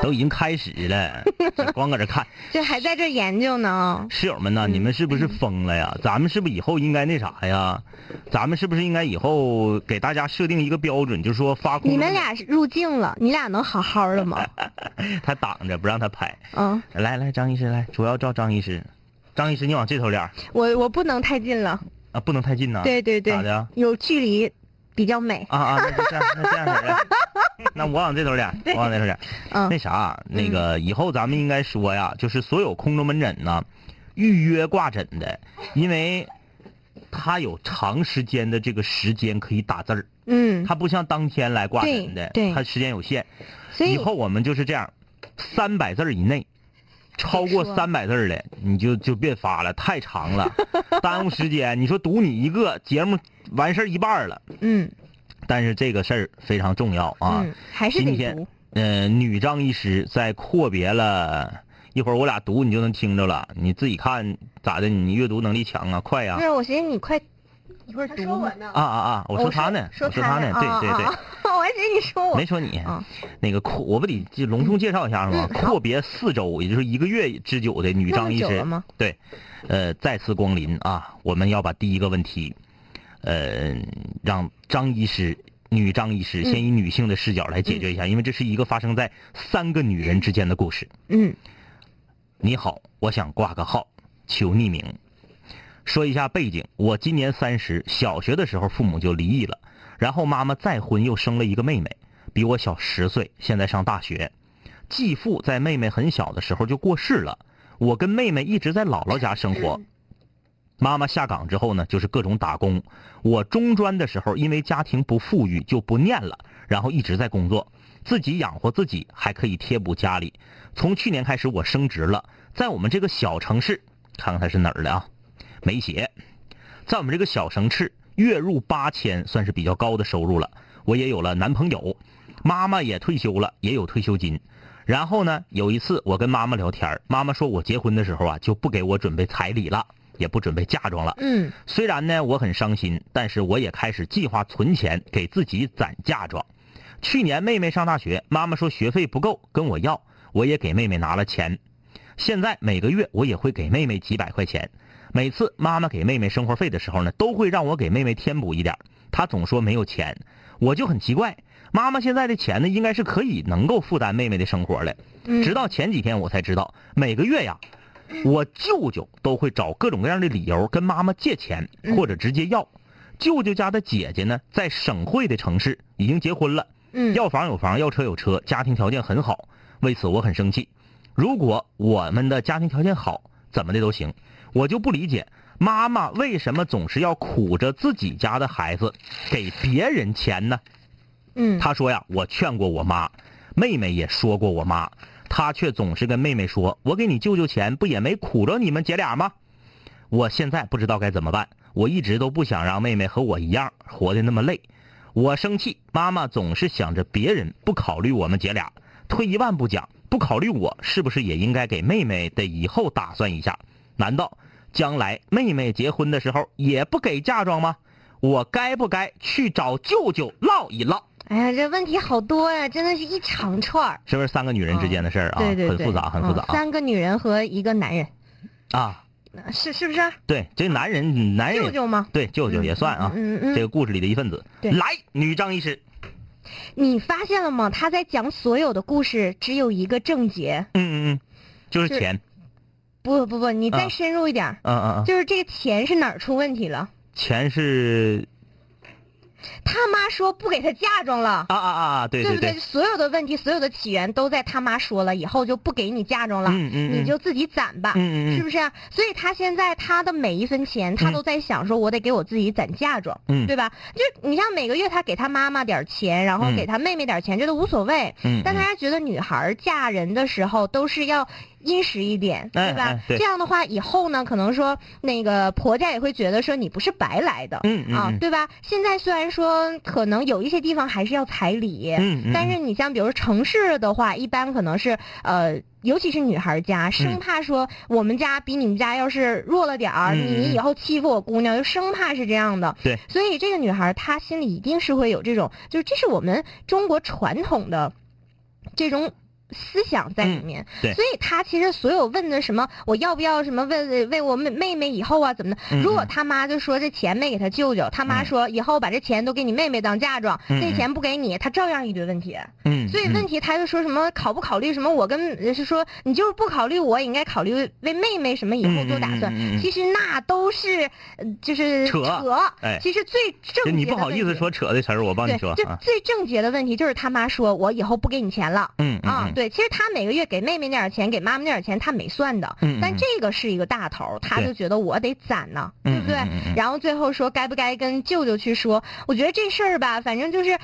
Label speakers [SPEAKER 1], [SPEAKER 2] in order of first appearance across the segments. [SPEAKER 1] 都已经开始 了，这光搁这看。
[SPEAKER 2] 这还在这研究呢。啊
[SPEAKER 1] 室友们呐，
[SPEAKER 2] 嗯
[SPEAKER 1] 你们是不是疯了呀？咱们是不是以后应该那啥呀？咱们是不是应该以后给大家设定一个标准，就是说发公
[SPEAKER 2] 你
[SPEAKER 1] 众
[SPEAKER 2] 们俩是入境了，你俩能好好的吗？
[SPEAKER 1] 他挡着不让他拍。
[SPEAKER 2] 嗯，
[SPEAKER 1] 来来，张医师来，主要照张医师。张医师，你往这头脸儿
[SPEAKER 2] 我我不能太近了。
[SPEAKER 1] 啊，不能太近呐。
[SPEAKER 2] 对对对
[SPEAKER 1] 咋的啊，
[SPEAKER 2] 有距离比较美。
[SPEAKER 1] 啊啊，那就这样，那这样式儿 的。那我往这头脸儿，我往这头脸儿。
[SPEAKER 2] 嗯
[SPEAKER 1] 那啥，那个以后咱们应该说呀，就是所有空中门诊呢，预约挂诊的，因为他有长时间的这个时间可以打字儿，
[SPEAKER 2] 嗯，
[SPEAKER 1] 他不像当天来挂诊的
[SPEAKER 2] 对，对
[SPEAKER 1] 他时间有限。
[SPEAKER 2] 所以
[SPEAKER 1] 以后我们就是这样，三百字儿以内，超过
[SPEAKER 2] 说
[SPEAKER 1] 三百字儿的你就就别发了，太长 了，耽误时间。你说读你一个节目完事儿一半儿了，
[SPEAKER 2] 嗯
[SPEAKER 1] 但是这个事儿非常重要啊。
[SPEAKER 2] 嗯，还是
[SPEAKER 1] 今
[SPEAKER 2] 得读
[SPEAKER 1] 天。，呃，女张医师在阔别了。一会儿我俩读你就能听着了，你自己看咋的？你阅读能力强啊，快呀
[SPEAKER 2] 不、是，我寻思你快一会儿
[SPEAKER 3] 他
[SPEAKER 2] 读哦
[SPEAKER 3] 说我呢
[SPEAKER 1] 啊！啊啊！我说他呢，
[SPEAKER 2] 说
[SPEAKER 1] 我说他呢，对对对，
[SPEAKER 2] 啊啊啊我还寻思你说我
[SPEAKER 1] 没说你
[SPEAKER 2] 啊。
[SPEAKER 1] 那个阔，我不得就隆重介绍一下吗？
[SPEAKER 2] 嗯好
[SPEAKER 1] 阔别四周，也就是一个月之久的女张医
[SPEAKER 2] 那么久
[SPEAKER 1] 师
[SPEAKER 2] 了吗，
[SPEAKER 1] 对，呃，再次光临啊！我们要把第一个问题，呃，让张医师。女张医
[SPEAKER 2] 嗯
[SPEAKER 1] 师先以女性的视角来解决一下，因为这是一个发生在三个女人之间的故事。
[SPEAKER 2] 嗯
[SPEAKER 1] 你好，我想挂个号，求匿名。说一下背景，我今年三十，小学的时候父母就离异了，然后妈妈再婚又生了一个妹妹，比我小十岁，现在上大学。继父在妹妹很小的时候就过世了，我跟妹妹一直在姥姥家生活。妈妈下岗之后呢，就是各种打工。我中专的时候，因为家庭不富裕，就不念了，然后一直在工作，自己养活自己，还可以贴补家里。从去年开始，我升职了，在我们这个小城市，看看他是哪儿的啊？没写，在我们这个小城市，月入八千算是比较高的收入了。我也有了男朋友，妈妈也退休了，也有退休金。然后呢，有一次我跟妈妈聊天儿，妈妈说我结婚的时候啊，就不给我准备彩礼了，也不准备嫁妆了。
[SPEAKER 2] 嗯
[SPEAKER 1] 虽然呢我很伤心，但是我也开始计划存钱，给自己攒嫁妆。去年妹妹上大学，妈妈说学费不够跟我要，我也给妹妹拿了钱。现在每个月我也会给妹妹几百块钱。每次妈妈给妹妹生活费的时候呢，都会让我给妹妹添补一点儿。她总说没有钱，我就很奇怪。妈妈现在的钱呢，应该是可以能够负担妹妹的生活的。
[SPEAKER 2] 嗯，
[SPEAKER 1] 直到前几天我才知道，每个月呀，我舅舅都会找各种各样的理由跟妈妈借钱，
[SPEAKER 2] 嗯
[SPEAKER 1] 或者直接要。舅舅家的姐姐呢，在省会的城市已经结婚了，
[SPEAKER 2] 嗯
[SPEAKER 1] 要房有房，要车有车，家庭条件很好。为此我很生气。如果我们的家庭条件好，怎么的都行，我就不理解妈妈为什么总是要苦着自己家的孩子给别人钱呢？
[SPEAKER 2] 嗯
[SPEAKER 1] 他说呀，我劝过我妈，妹妹也说过我妈，她却总是跟妹妹说，我给你舅舅钱，不也没苦着你们姐俩吗？我现在不知道该怎么办，我一直都不想让妹妹和我一样活得那么累。我生气，妈妈总是想着别人，不考虑我们姐俩。退一万步讲，不考虑我，是不是也应该给妹妹的以后打算一下？难道将来妹妹结婚的时候也不给嫁妆吗？我该不该去找舅舅唠一唠？
[SPEAKER 2] 哎呀，这问题好多呀、真的是一长串儿。
[SPEAKER 1] 是不是三个女人之间的事儿啊？
[SPEAKER 2] 对对对，
[SPEAKER 1] 很复杂，很复杂
[SPEAKER 2] 嗯三个女人和一个男人，
[SPEAKER 1] 啊啊！
[SPEAKER 2] 是是不是啊？
[SPEAKER 1] 对，这男人，男人
[SPEAKER 2] 舅
[SPEAKER 1] 也
[SPEAKER 2] 舅吗？
[SPEAKER 1] 对舅舅也算哎啊，
[SPEAKER 2] 嗯嗯嗯
[SPEAKER 1] 这个故事里的一份子。
[SPEAKER 2] 对
[SPEAKER 1] 来，女张医师，
[SPEAKER 2] 你发现了吗？他在讲所有的故事，只有一个症结。
[SPEAKER 1] 嗯嗯嗯，就是
[SPEAKER 2] 就是
[SPEAKER 1] 钱，
[SPEAKER 2] 不不不，你
[SPEAKER 1] 啊
[SPEAKER 2] 再深入一点儿，
[SPEAKER 1] 嗯嗯嗯，
[SPEAKER 2] 就是这个钱是哪儿出问题了？
[SPEAKER 1] 钱是
[SPEAKER 2] 他妈说不给他嫁妆了。
[SPEAKER 1] 啊啊啊啊，对
[SPEAKER 2] 对不
[SPEAKER 1] 对，
[SPEAKER 2] 所有的问题，所有的起源都在他妈说了，以后就不给你嫁妆了，
[SPEAKER 1] 嗯嗯嗯
[SPEAKER 2] 你就自己攒吧，
[SPEAKER 1] 嗯嗯嗯
[SPEAKER 2] 是不是啊、所以他现在他的每一分钱，他都在想说，我得给我自己攒嫁妆，
[SPEAKER 1] 嗯
[SPEAKER 2] 对吧？就你像每个月他给他妈妈点儿钱，然后
[SPEAKER 1] 嗯
[SPEAKER 2] 给他妹妹点儿钱，这都无所谓。
[SPEAKER 1] 嗯
[SPEAKER 2] 但他觉得女孩儿嫁人的时候都是要殷实一点，
[SPEAKER 1] 哎
[SPEAKER 2] 对吧、
[SPEAKER 1] 哎对
[SPEAKER 2] 这样的话，以后呢，可能说那个婆家也会觉得说你不是白来的，
[SPEAKER 1] 嗯嗯
[SPEAKER 2] 啊
[SPEAKER 1] 嗯，
[SPEAKER 2] 对吧？现在虽然说可能有一些地方还是要彩礼，
[SPEAKER 1] 嗯嗯嗯
[SPEAKER 2] 但是你像比如说城市的话，一般可能是呃。尤其是女孩家，生怕说我们家比你们家要是弱了点儿，
[SPEAKER 1] 嗯嗯
[SPEAKER 2] 你以后欺负我姑娘，就生怕是这样的。
[SPEAKER 1] 对，
[SPEAKER 2] 所以这个女孩她心里一定是会有这种，就是这是我们中国传统的这种思想在里面。
[SPEAKER 1] 嗯对
[SPEAKER 2] 所以他其实所有问的什么我要不要什么为为我妹妹妹以后啊怎么的，
[SPEAKER 1] 嗯
[SPEAKER 2] 如果
[SPEAKER 1] 嗯
[SPEAKER 2] 他妈就说这钱没给他舅舅，他妈
[SPEAKER 1] 嗯
[SPEAKER 2] 说以后把这钱都给你妹妹当嫁妆，
[SPEAKER 1] 嗯
[SPEAKER 2] 这
[SPEAKER 1] 嗯
[SPEAKER 2] 钱不给你，他照样一堆问题。
[SPEAKER 1] 嗯，
[SPEAKER 2] 所以
[SPEAKER 1] 嗯
[SPEAKER 2] 问题他就说什么考不考虑什么，我跟是说你就是不考虑我，也应该考虑为妹妹什么以后做打算。
[SPEAKER 1] 嗯嗯嗯嗯嗯
[SPEAKER 2] 其实那都是呃就是
[SPEAKER 1] 扯哎
[SPEAKER 2] 其实最
[SPEAKER 1] 就
[SPEAKER 2] 正结的
[SPEAKER 1] 你不好
[SPEAKER 2] 问
[SPEAKER 1] 意思
[SPEAKER 2] 题
[SPEAKER 1] 说扯的词儿，我帮你
[SPEAKER 2] 对，
[SPEAKER 1] 说
[SPEAKER 2] 就
[SPEAKER 1] 啊。
[SPEAKER 2] 最正结的问题就是他妈说我以后不给你钱了。
[SPEAKER 1] 嗯嗯
[SPEAKER 2] 啊
[SPEAKER 1] 嗯，
[SPEAKER 2] 对，其实他每个月给妹妹那点钱，给妈妈那点钱，他没算的。
[SPEAKER 1] 嗯嗯
[SPEAKER 2] 但这个是一个大头，他
[SPEAKER 1] 对
[SPEAKER 2] 就觉得我得攒呢，
[SPEAKER 1] 嗯
[SPEAKER 2] 对不对？
[SPEAKER 1] 嗯嗯嗯嗯
[SPEAKER 2] 然后最后说该不该跟舅舅去说？我觉得这事儿吧，反正就是，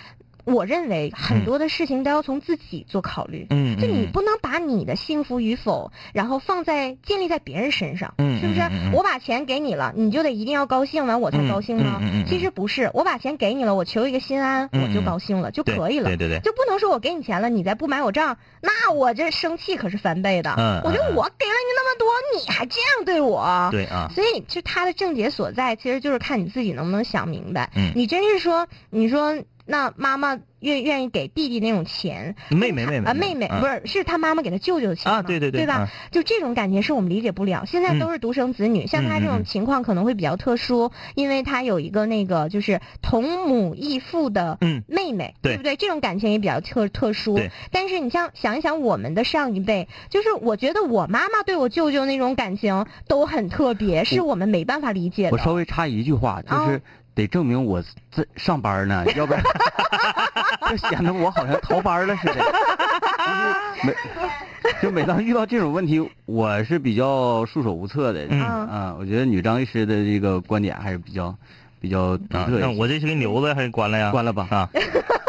[SPEAKER 2] 我认为很多的事情都要从自己做考虑。
[SPEAKER 1] 嗯，
[SPEAKER 2] 就你
[SPEAKER 1] 嗯
[SPEAKER 2] 不能把你的幸福与否，然后放在建立在别人身上，
[SPEAKER 1] 嗯
[SPEAKER 2] 是不是
[SPEAKER 1] 嗯嗯嗯？
[SPEAKER 2] 我把钱给你了，你就得一定要高兴完我才
[SPEAKER 1] 嗯
[SPEAKER 2] 高兴吗
[SPEAKER 1] 嗯嗯嗯嗯？
[SPEAKER 2] 其实不是，我把钱给你了，我求一个心安，
[SPEAKER 1] 嗯
[SPEAKER 2] 我就高兴了就
[SPEAKER 1] 对
[SPEAKER 2] 可以了
[SPEAKER 1] 对。对对，
[SPEAKER 2] 就不能说我给你钱了，你再不买我账，那我这生气可是翻倍的。
[SPEAKER 1] 嗯
[SPEAKER 2] 我觉得
[SPEAKER 1] 嗯嗯
[SPEAKER 2] 我给了你那么多，你还这样对我。
[SPEAKER 1] 对啊，
[SPEAKER 2] 所以，就他的症结所在，其实就是看你自己能不能想明白。
[SPEAKER 1] 嗯
[SPEAKER 2] 你真是说，你说那妈妈愿愿意给弟弟那种钱，
[SPEAKER 1] 妹妹妹妹
[SPEAKER 2] 啊，妹妹
[SPEAKER 1] 啊
[SPEAKER 2] 不是是他妈妈给他舅舅的钱
[SPEAKER 1] 啊
[SPEAKER 2] 吗
[SPEAKER 1] 对对
[SPEAKER 2] 对，
[SPEAKER 1] 对
[SPEAKER 2] 吧、
[SPEAKER 1] 啊
[SPEAKER 2] 就这种感情是我们理解不了。现在都是独生子女，像他
[SPEAKER 1] 嗯嗯
[SPEAKER 2] 这种
[SPEAKER 1] 嗯
[SPEAKER 2] 情况可能会比较特殊，因为他有一个那个就是同母异父的
[SPEAKER 1] 嗯
[SPEAKER 2] 妹妹，
[SPEAKER 1] 对
[SPEAKER 2] 不对？这种感情也比较特特殊
[SPEAKER 1] 对。
[SPEAKER 2] 但是你像想一想我们的上一辈，就是我觉得我妈妈对我舅舅那种感情都很特别，是我们没办法理解
[SPEAKER 3] 我
[SPEAKER 2] 的。
[SPEAKER 3] 稍微插一句话，就是
[SPEAKER 2] 啊
[SPEAKER 3] 得证明我在上 班呢，要不然 这显得我好像逃班了似的。就是每 就每当遇到这种问题，我是比较束手无策的。
[SPEAKER 1] 嗯
[SPEAKER 3] 啊，我觉得女张律师的这个观点还是比较比较独
[SPEAKER 1] 啊，
[SPEAKER 3] 特
[SPEAKER 1] 那
[SPEAKER 3] 一些。
[SPEAKER 1] 我这是给你留着还是关了呀？
[SPEAKER 3] 关了吧。
[SPEAKER 1] 啊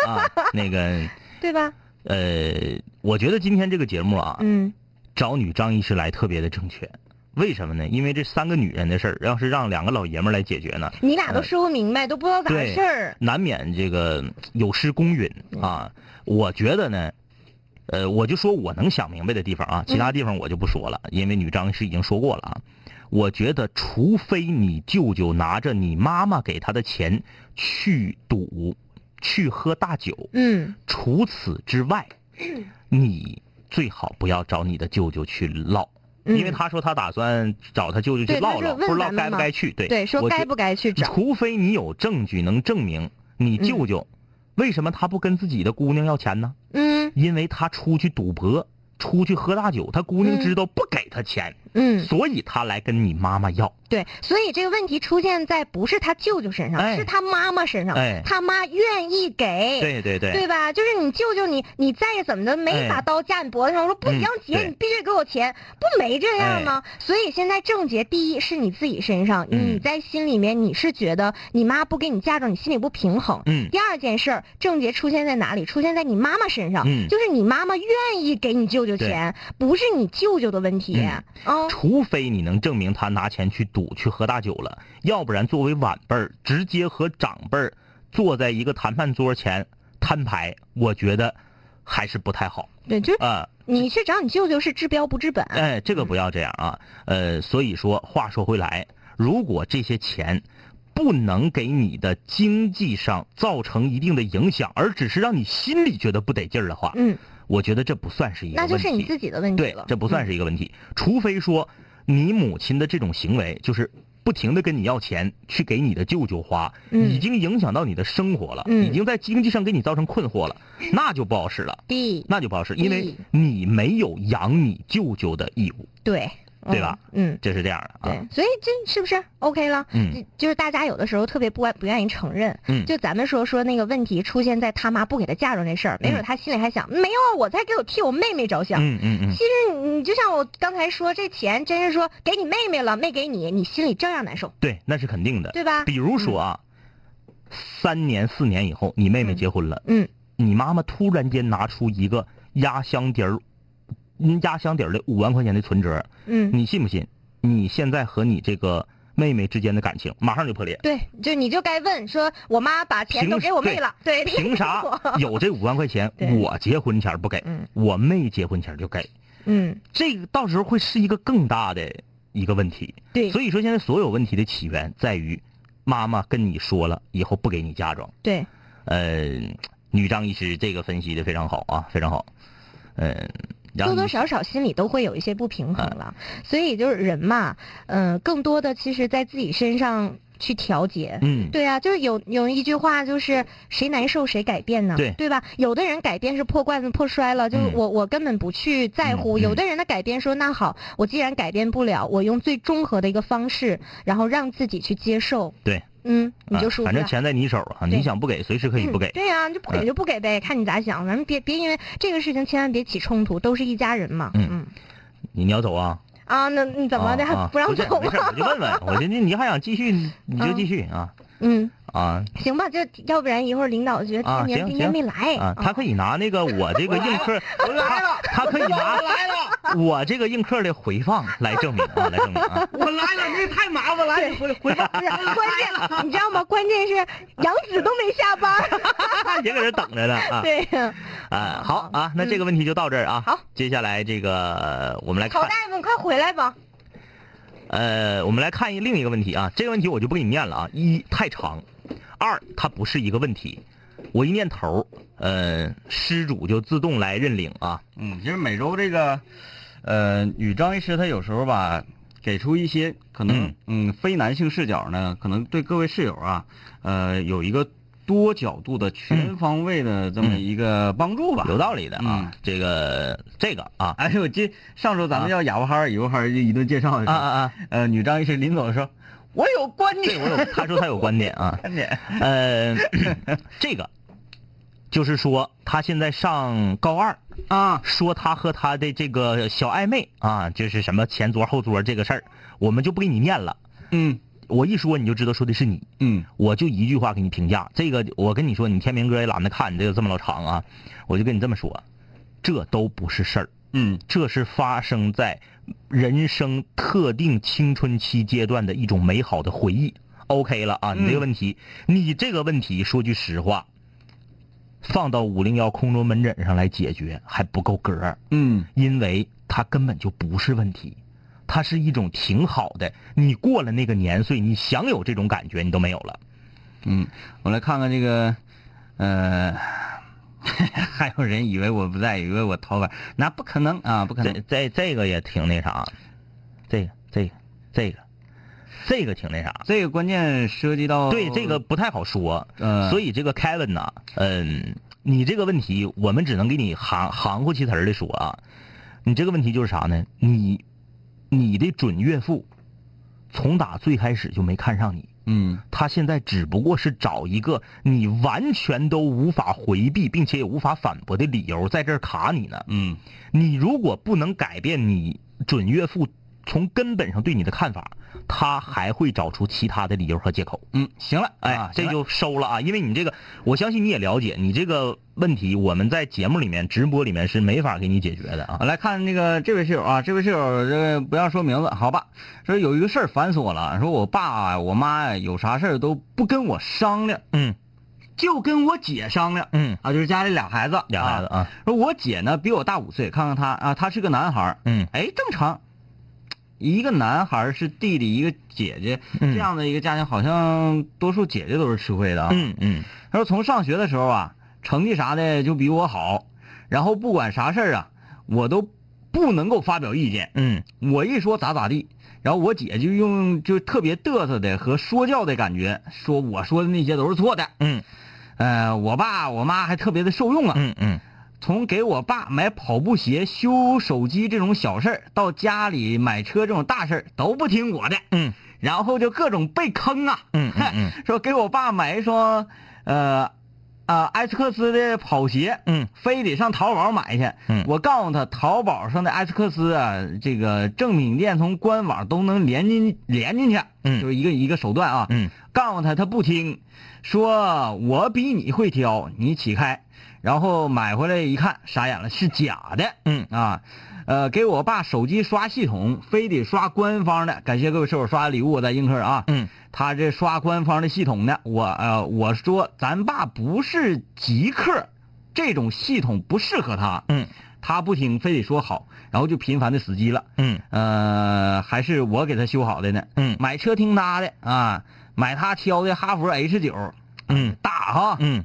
[SPEAKER 1] 啊，那个
[SPEAKER 2] 对吧？
[SPEAKER 1] 呃，我觉得今天这个节目啊，
[SPEAKER 2] 嗯
[SPEAKER 1] 找女张医师来特别的正确。为什么呢？因为这三个女人的事儿，要是让两个老爷们儿来解决呢，
[SPEAKER 2] 你俩都说不明白，都不知道咋回
[SPEAKER 1] 对
[SPEAKER 2] 事儿。
[SPEAKER 1] 难免这个嗯有失公允
[SPEAKER 2] 嗯
[SPEAKER 1] 啊。我觉得呢，呃，我就说我能想明白的地方
[SPEAKER 2] 嗯
[SPEAKER 1] 啊，其他地方我就不说了，因为女张是已经说过了啊。我觉得，除非你舅舅拿着你妈妈给他的钱去赌、去喝大酒，
[SPEAKER 2] 嗯，
[SPEAKER 1] 除此之外，你最好不要找你的舅舅去唠。
[SPEAKER 2] 嗯
[SPEAKER 1] 因为他说他打算找他舅舅去
[SPEAKER 2] 对他
[SPEAKER 1] 唠
[SPEAKER 2] 是
[SPEAKER 1] 唠，不
[SPEAKER 2] 问
[SPEAKER 1] 知道
[SPEAKER 2] 咱们
[SPEAKER 1] 该不
[SPEAKER 2] 嘛
[SPEAKER 1] 该去。对
[SPEAKER 2] 对，说
[SPEAKER 1] 我觉
[SPEAKER 2] 该不该去找。
[SPEAKER 1] 除非你有证据能证明你舅舅为什么他不跟自己的姑娘要钱呢？
[SPEAKER 2] 嗯
[SPEAKER 1] 因为他出去赌博，出去喝大酒，他姑娘
[SPEAKER 2] 嗯
[SPEAKER 1] 知道不给他钱，
[SPEAKER 2] 嗯，
[SPEAKER 1] 所以他来跟你妈妈要。
[SPEAKER 2] 对，所以这个问题出现在不是他舅舅身上，
[SPEAKER 1] 哎
[SPEAKER 2] 是他妈妈身上。
[SPEAKER 1] 哎
[SPEAKER 2] 他妈愿意给，
[SPEAKER 1] 对对对，
[SPEAKER 2] 吧？就是你舅舅你，你再怎么的没把
[SPEAKER 1] 哎
[SPEAKER 2] 刀架你脖子上，我说不
[SPEAKER 1] 嗯
[SPEAKER 2] 行姐，
[SPEAKER 1] 对哎
[SPEAKER 2] 你必须给我钱，不没这样吗？所以现在症结第一是你自己身上，
[SPEAKER 1] 嗯
[SPEAKER 2] 你在心里面你是觉得你妈不给你嫁妆，你心里不平衡。
[SPEAKER 1] 嗯
[SPEAKER 2] 第二件事儿，症结出现在哪里？出现在你妈妈身上，
[SPEAKER 1] 嗯
[SPEAKER 2] 就是你妈妈愿意给你舅舅
[SPEAKER 1] 对
[SPEAKER 2] 钱，不是你舅舅的问题。
[SPEAKER 1] 嗯
[SPEAKER 2] 嗯
[SPEAKER 1] 除非你能证明他拿钱去赌、去喝大酒了，要不然作为晚辈儿，直接和长辈儿坐在一个谈判桌前摊牌，我觉得还是不太好
[SPEAKER 2] 对，就是
[SPEAKER 1] 啊。
[SPEAKER 2] 你去找你舅舅是治标不治本。
[SPEAKER 1] 哎，这个不要这样啊。呃，所以说，话说回来，如果这些钱不能给你的经济上造成一定的影响，而只是让你心里觉得不得劲儿的话，
[SPEAKER 2] 嗯，
[SPEAKER 1] 我觉得这不算是一个
[SPEAKER 2] 那
[SPEAKER 1] 问题。
[SPEAKER 2] 就是你自己的问题
[SPEAKER 1] 对
[SPEAKER 2] 了。，嗯
[SPEAKER 1] 这不算是一个问题。除非说你母亲的这种行为，就是不停的跟你要钱去给你的舅舅花，
[SPEAKER 2] 嗯
[SPEAKER 1] 已经影响到你的生活了，
[SPEAKER 2] 嗯
[SPEAKER 1] 已经在经济上给你造成困惑了，那就不好使了。
[SPEAKER 2] 第
[SPEAKER 1] 那就不好使，因为
[SPEAKER 2] 嗯
[SPEAKER 1] 你没有养你舅舅的义务，
[SPEAKER 2] 对，嗯
[SPEAKER 1] 对吧？
[SPEAKER 2] 嗯。
[SPEAKER 1] 这是这样的啊
[SPEAKER 2] 对。，所以这是不是 OK 了？
[SPEAKER 1] 嗯
[SPEAKER 2] 就，就是大家有的时候特别不爱不愿意承认。
[SPEAKER 1] 嗯
[SPEAKER 2] 就咱们说说那个问题出现在他妈不给他嫁妆这事儿，没准他心里还想，没有啊，我在给我替我妹妹着想。
[SPEAKER 1] 嗯嗯嗯
[SPEAKER 2] 其实你就像我刚才说，这钱真是说给你妹妹了，没给你，你心里照样难受，
[SPEAKER 1] 对，那是肯定的。
[SPEAKER 2] 对嗯吧？
[SPEAKER 1] 比如说啊，三年四年以后，你妹妹结婚了，
[SPEAKER 2] 嗯，
[SPEAKER 1] 你妈妈突然间拿出一个压箱底儿，嗯压箱底儿的五万块钱的存折，
[SPEAKER 2] 嗯，
[SPEAKER 1] 你信不信？你现在和你这个妹妹之间的感情马上就破裂。
[SPEAKER 2] 对，就你就该问说，我妈把钱
[SPEAKER 1] 凭
[SPEAKER 2] 都给我妹
[SPEAKER 1] 对
[SPEAKER 2] 了，对，你
[SPEAKER 1] 凭啥有这五万块钱，
[SPEAKER 2] 对
[SPEAKER 1] 我结婚前不给
[SPEAKER 2] 嗯，
[SPEAKER 1] 我妹结婚前就给？
[SPEAKER 2] 嗯，
[SPEAKER 1] 这个到时候会是一个更大的一个问题。
[SPEAKER 2] 对
[SPEAKER 1] 所以说现在所有问题的起源在于，妈妈跟你说了以后不给你嫁妆。
[SPEAKER 2] 对，
[SPEAKER 1] 呃，女张医师这个分析的非常好啊，非常好。嗯，然后
[SPEAKER 2] 多多少少心里都会有一些不平衡
[SPEAKER 1] 嗯
[SPEAKER 2] 了。所以就是人嘛，嗯、更多的其实在自己身上去调节。
[SPEAKER 1] 嗯，
[SPEAKER 2] 对啊，就是有有一句话，就是谁难受谁改变呢？
[SPEAKER 1] 对
[SPEAKER 2] 吧？有的人改变是破罐子破摔了，就是
[SPEAKER 1] 嗯
[SPEAKER 2] 我、我根本不去在乎；
[SPEAKER 1] 嗯嗯
[SPEAKER 2] 有的人的改变说，那好，我既然改变不了，我用最中和的一个方式，然后让自己去接受。
[SPEAKER 1] 对，
[SPEAKER 2] 嗯，你
[SPEAKER 1] 啊
[SPEAKER 2] 就舒服
[SPEAKER 1] 反
[SPEAKER 2] 了。
[SPEAKER 1] 正钱在你手啊，
[SPEAKER 2] 对
[SPEAKER 1] 你想不给随时可以不给
[SPEAKER 2] 嗯。对呀、你就不给
[SPEAKER 1] 嗯
[SPEAKER 2] 就不给呗，看你咋想，咱们别别因为这个事情千万别起冲突，都是一家人嘛。
[SPEAKER 1] 嗯
[SPEAKER 2] 嗯
[SPEAKER 1] 你你要走啊？
[SPEAKER 2] 啊，那你怎么的、
[SPEAKER 1] 啊啊
[SPEAKER 2] 不让
[SPEAKER 1] 是
[SPEAKER 2] 走
[SPEAKER 1] 没
[SPEAKER 2] 吗？
[SPEAKER 1] 事，我就问问，我寻思你还想继续，你就
[SPEAKER 2] 嗯
[SPEAKER 1] 继续啊
[SPEAKER 2] 嗯，
[SPEAKER 1] 啊
[SPEAKER 2] 行吧，这要不然一会儿领导觉得
[SPEAKER 1] 啊
[SPEAKER 2] 今年
[SPEAKER 1] 行
[SPEAKER 2] 今
[SPEAKER 1] 行
[SPEAKER 2] 年没来
[SPEAKER 1] 啊！他可以拿那个我这个映客，他他可以拿我这个映客的回放来证明啊，来证明 啊。
[SPEAKER 4] 我来了，你太麻烦了，来你回回吧。
[SPEAKER 2] 不是关键，你知道吗？关键是杨紫都没下 班儿。
[SPEAKER 1] 也搁这等着呢啊！
[SPEAKER 2] 对，
[SPEAKER 1] 啊，好啊，那这个问题就到这儿啊。
[SPEAKER 2] 好，
[SPEAKER 1] 接下来这个呃我们来
[SPEAKER 2] 曹
[SPEAKER 1] 看，
[SPEAKER 2] 大夫，你快回来吧。
[SPEAKER 1] 呃，我们来看一另一个问题啊。这个问题我就不给你念了啊，一太长，二它不是一个问题，我一念头，呃，失主就自动来认领啊。
[SPEAKER 3] 嗯，其实每周这个，呃，女张医师她有时候吧，给出一些可能嗯非男性视角呢，可能对各位室友啊，呃，有一个多角度的、全方位的这么一个帮助吧。
[SPEAKER 1] 嗯有道理的啊
[SPEAKER 3] 嗯，
[SPEAKER 1] 这个这个啊
[SPEAKER 3] 哎呦，这上周咱们叫哑巴哈尔、油哈尔就一顿介绍的时
[SPEAKER 1] 啊
[SPEAKER 3] 候，
[SPEAKER 1] 啊啊！
[SPEAKER 3] 呃，女张医师临走的时候，我有观
[SPEAKER 1] 对
[SPEAKER 3] 点，
[SPEAKER 1] 我有，他说他有观点啊，
[SPEAKER 3] 观点，
[SPEAKER 1] 呃，这个就是说他现在上高二，
[SPEAKER 3] 啊，
[SPEAKER 1] 说他和他的这个小暧昧啊，就是什么前桌后桌这个事儿，我们就不给你念了。
[SPEAKER 3] 嗯
[SPEAKER 1] 我一说你就知道说的是你，
[SPEAKER 3] 嗯，
[SPEAKER 1] 我就一句话给你评价。这个我跟你说，你天明哥也懒得看，你这个这么老长啊，我就跟你这么说，这都不是事儿，
[SPEAKER 3] 嗯
[SPEAKER 1] 这是发生在人生特定青春期阶段的一种美好的回忆。OK 了啊，你这个问题，你这个问题，说句实话， 放到五零幺空中门诊上来解决还不够格儿。
[SPEAKER 3] 嗯
[SPEAKER 1] 因为它根本就不是问题，它是一种挺好的。你过了那个年岁，你想有这种感觉，你都没有了。
[SPEAKER 3] 嗯，我来看看这个，呃， 还有人以为我不在，以为我逃班，那不可能啊，不可
[SPEAKER 1] 这
[SPEAKER 3] 能。
[SPEAKER 1] 这这个也挺那啥，这个这个这个这个挺那啥。
[SPEAKER 3] 这个关键涉及到
[SPEAKER 1] 对，这个不太好说。
[SPEAKER 3] 呃，
[SPEAKER 1] 所
[SPEAKER 3] 以
[SPEAKER 1] 以这个 Kevin 呐、嗯，你这个问题我们只能给你含含糊其辞的说啊，你这个问题就是啥呢？你你的准岳父从打最开始就没看上你。
[SPEAKER 3] 嗯
[SPEAKER 1] 他现在只不过是找一个你完全都无法回避，并且也无法反驳的理由在这儿卡你呢。
[SPEAKER 3] 嗯
[SPEAKER 1] 你如果不能改变你准岳父从根本上对你的看法，他还会找出其他的理由和借口。
[SPEAKER 3] 嗯，行了，
[SPEAKER 1] 哎，
[SPEAKER 3] 啊、
[SPEAKER 1] 这
[SPEAKER 3] 行了
[SPEAKER 1] 就收了啊，因为你这个，我相信你也了解，你这个问题我们在节目里面、直播里面是没法给你解决的啊。
[SPEAKER 3] 我来看那个这位室友啊，这位室友这个不要说名字，好吧？说有一个事儿烦死我了，说我爸我妈有啥事儿都不跟我商量，
[SPEAKER 1] 嗯
[SPEAKER 3] 就跟我姐商量。
[SPEAKER 1] 嗯，
[SPEAKER 3] 啊，就是家里俩孩子，
[SPEAKER 1] 俩孩子
[SPEAKER 3] 啊
[SPEAKER 1] 啊，
[SPEAKER 3] 说我姐呢比我大五岁，看看她啊，她是个男孩儿，
[SPEAKER 1] 嗯
[SPEAKER 3] 哎，正常，一个男孩儿是弟弟，一个姐姐，
[SPEAKER 1] 嗯
[SPEAKER 3] 这样的一个家庭，好像多数姐姐都是吃亏的啊。
[SPEAKER 1] 嗯嗯
[SPEAKER 3] 他说从上学的时候啊，成绩啥的就比我好，然后不管啥事儿啊，我都不能够发表意见，
[SPEAKER 1] 嗯
[SPEAKER 3] 我一说咋咋地，然后我姐就用就特别嘚瑟的和说教的感觉，说我说的那些都是错的。
[SPEAKER 1] 嗯
[SPEAKER 3] 呃，我爸我妈还特别的受用啊，
[SPEAKER 1] 嗯嗯
[SPEAKER 3] 从给我爸买跑步鞋、修手机这种小事儿，到家里买车这种大事儿，都不听我的，
[SPEAKER 1] 嗯
[SPEAKER 3] 然后就各种被坑啊。
[SPEAKER 1] 嗯嗯
[SPEAKER 3] 说给我爸买一双，呃，啊、埃斯克斯的跑鞋，
[SPEAKER 1] 嗯
[SPEAKER 3] 非得上淘宝买去。
[SPEAKER 1] 嗯
[SPEAKER 3] 我告诉他，淘宝上的埃斯克斯啊，这个正品店从官网都能连进连进去，
[SPEAKER 1] 嗯
[SPEAKER 3] 就是一个一个手段啊。
[SPEAKER 1] 嗯
[SPEAKER 3] 告诉他，他不听，说我比你会挑，你起开。然后买回来一看，傻眼了，是假的。
[SPEAKER 1] 嗯
[SPEAKER 3] 啊，呃，给我爸手机刷系统，非得刷官方的。感谢各位室友刷的礼物，我在映客啊。
[SPEAKER 1] 嗯
[SPEAKER 3] 他这刷官方的系统呢，我呃我说咱爸不是极客，这种系统不适合他，
[SPEAKER 1] 嗯
[SPEAKER 3] 他不听，非得说好，然后就频繁的死机了。
[SPEAKER 1] 嗯
[SPEAKER 3] 呃，还是我给他修好的呢。
[SPEAKER 1] 嗯
[SPEAKER 3] 买车听他的啊，买他挑的哈弗 H 九，
[SPEAKER 1] 嗯
[SPEAKER 3] 大哈，
[SPEAKER 1] 嗯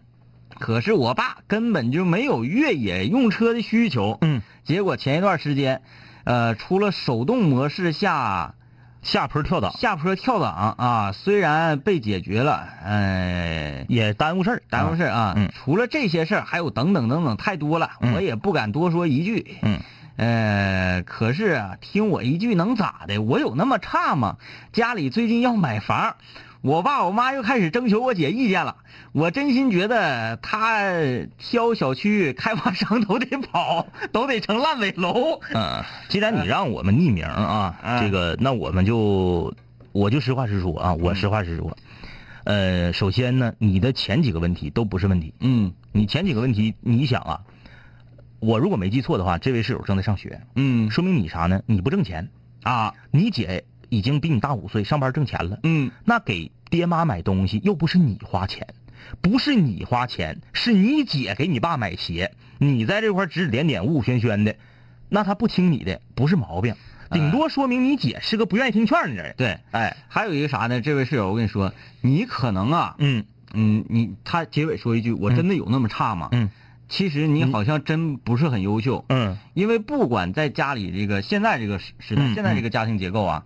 [SPEAKER 3] 可是我爸根本就没有越野用车的需求。
[SPEAKER 1] 嗯，
[SPEAKER 3] 结果前一段时间，呃，出了手动模式下
[SPEAKER 1] 下坡跳档
[SPEAKER 3] 下坡跳档啊，虽然被解决了，呃，
[SPEAKER 1] 也耽误事儿，
[SPEAKER 3] 耽误事
[SPEAKER 1] 儿。
[SPEAKER 3] 儿啊。
[SPEAKER 1] 嗯
[SPEAKER 3] 除了这些事儿，还有等等等等太多了，
[SPEAKER 1] 嗯
[SPEAKER 3] 我也不敢多说一句。
[SPEAKER 1] 嗯，
[SPEAKER 3] 呃，可是啊，听我一句能咋的？我有那么差吗？家里最近要买房，我爸我妈又开始征求我姐意见了。我真心觉得呃他挑小区开发商都得跑，都得成烂尾楼。
[SPEAKER 1] 嗯，既然你让我们匿名啊，
[SPEAKER 3] 嗯
[SPEAKER 1] 这个那我们就我就实话实说啊，我实话实说。呃，首先呢，你的前几个问题都不是问题。
[SPEAKER 3] 嗯
[SPEAKER 1] 你前几个问题，你想啊，我如果没记错的话，这位室友正在上学，
[SPEAKER 3] 嗯
[SPEAKER 1] 说明你啥呢？你不挣钱啊，你姐已经比你大五岁，上班挣钱了。
[SPEAKER 3] 嗯
[SPEAKER 1] 那给爹妈买东西又不是你花钱，不是你花钱，是你姐给你爸买鞋，你在这块指指点点、雾雾轩轩的，那他不听你的不是毛病，顶多说明你姐是个不愿意听劝的人。
[SPEAKER 3] 哎对，
[SPEAKER 1] 哎，
[SPEAKER 3] 还有一个啥呢？这位室友，我跟你说，你可能啊，
[SPEAKER 1] 嗯
[SPEAKER 3] 嗯，你他结尾说一句，我真的有那么差吗？
[SPEAKER 1] 嗯
[SPEAKER 3] 其实你好像真不是很优秀。
[SPEAKER 1] 嗯
[SPEAKER 3] 因为不管在家里这个现在这个时时代，
[SPEAKER 1] 嗯
[SPEAKER 3] 现在这个家庭结构啊，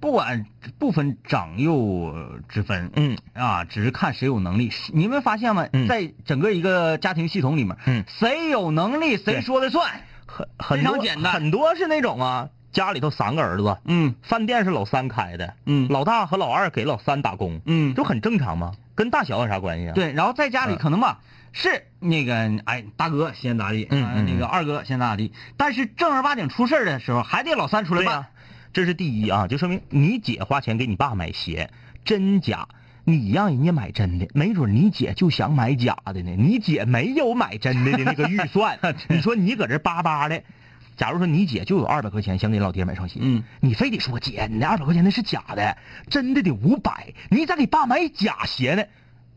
[SPEAKER 3] 不管不分长幼呃之分，
[SPEAKER 1] 嗯
[SPEAKER 3] 啊，只是看谁有能力。是你们发现吗？
[SPEAKER 1] 嗯
[SPEAKER 3] 在整个一个家庭系统里面，
[SPEAKER 1] 嗯
[SPEAKER 3] 谁有能力谁
[SPEAKER 1] 对
[SPEAKER 3] 说了算。
[SPEAKER 1] 很很多
[SPEAKER 3] 非常简单
[SPEAKER 1] 很多是那种啊，家里头三个儿子，
[SPEAKER 3] 嗯
[SPEAKER 1] 饭店是老三开的，
[SPEAKER 3] 嗯
[SPEAKER 1] 老大和老二给老三打工，
[SPEAKER 3] 嗯，
[SPEAKER 1] 这不很正常吗？跟大小有啥关系啊？，
[SPEAKER 3] 对。然后在家里
[SPEAKER 1] 嗯
[SPEAKER 3] 可能吧，是那个哎大哥先咋地，
[SPEAKER 1] 嗯
[SPEAKER 3] 啊
[SPEAKER 1] 嗯
[SPEAKER 3] 那个二哥先咋地，但是正儿八经出事儿的时候，还得老三出来
[SPEAKER 1] 对呀
[SPEAKER 3] 办。，
[SPEAKER 1] 这是第一啊，就说明你姐花钱给你爸买鞋，真假。你让人家买真的，没准你姐就想买假的呢。你姐没有买真的的那个预 算，你说你搁这叭叭的，假如说你姐就有二百块钱想给老爹买双鞋，
[SPEAKER 3] 嗯，
[SPEAKER 1] 你非得说姐，你那二百块钱那是假的，真的得五百，你咋给爸买假鞋呢？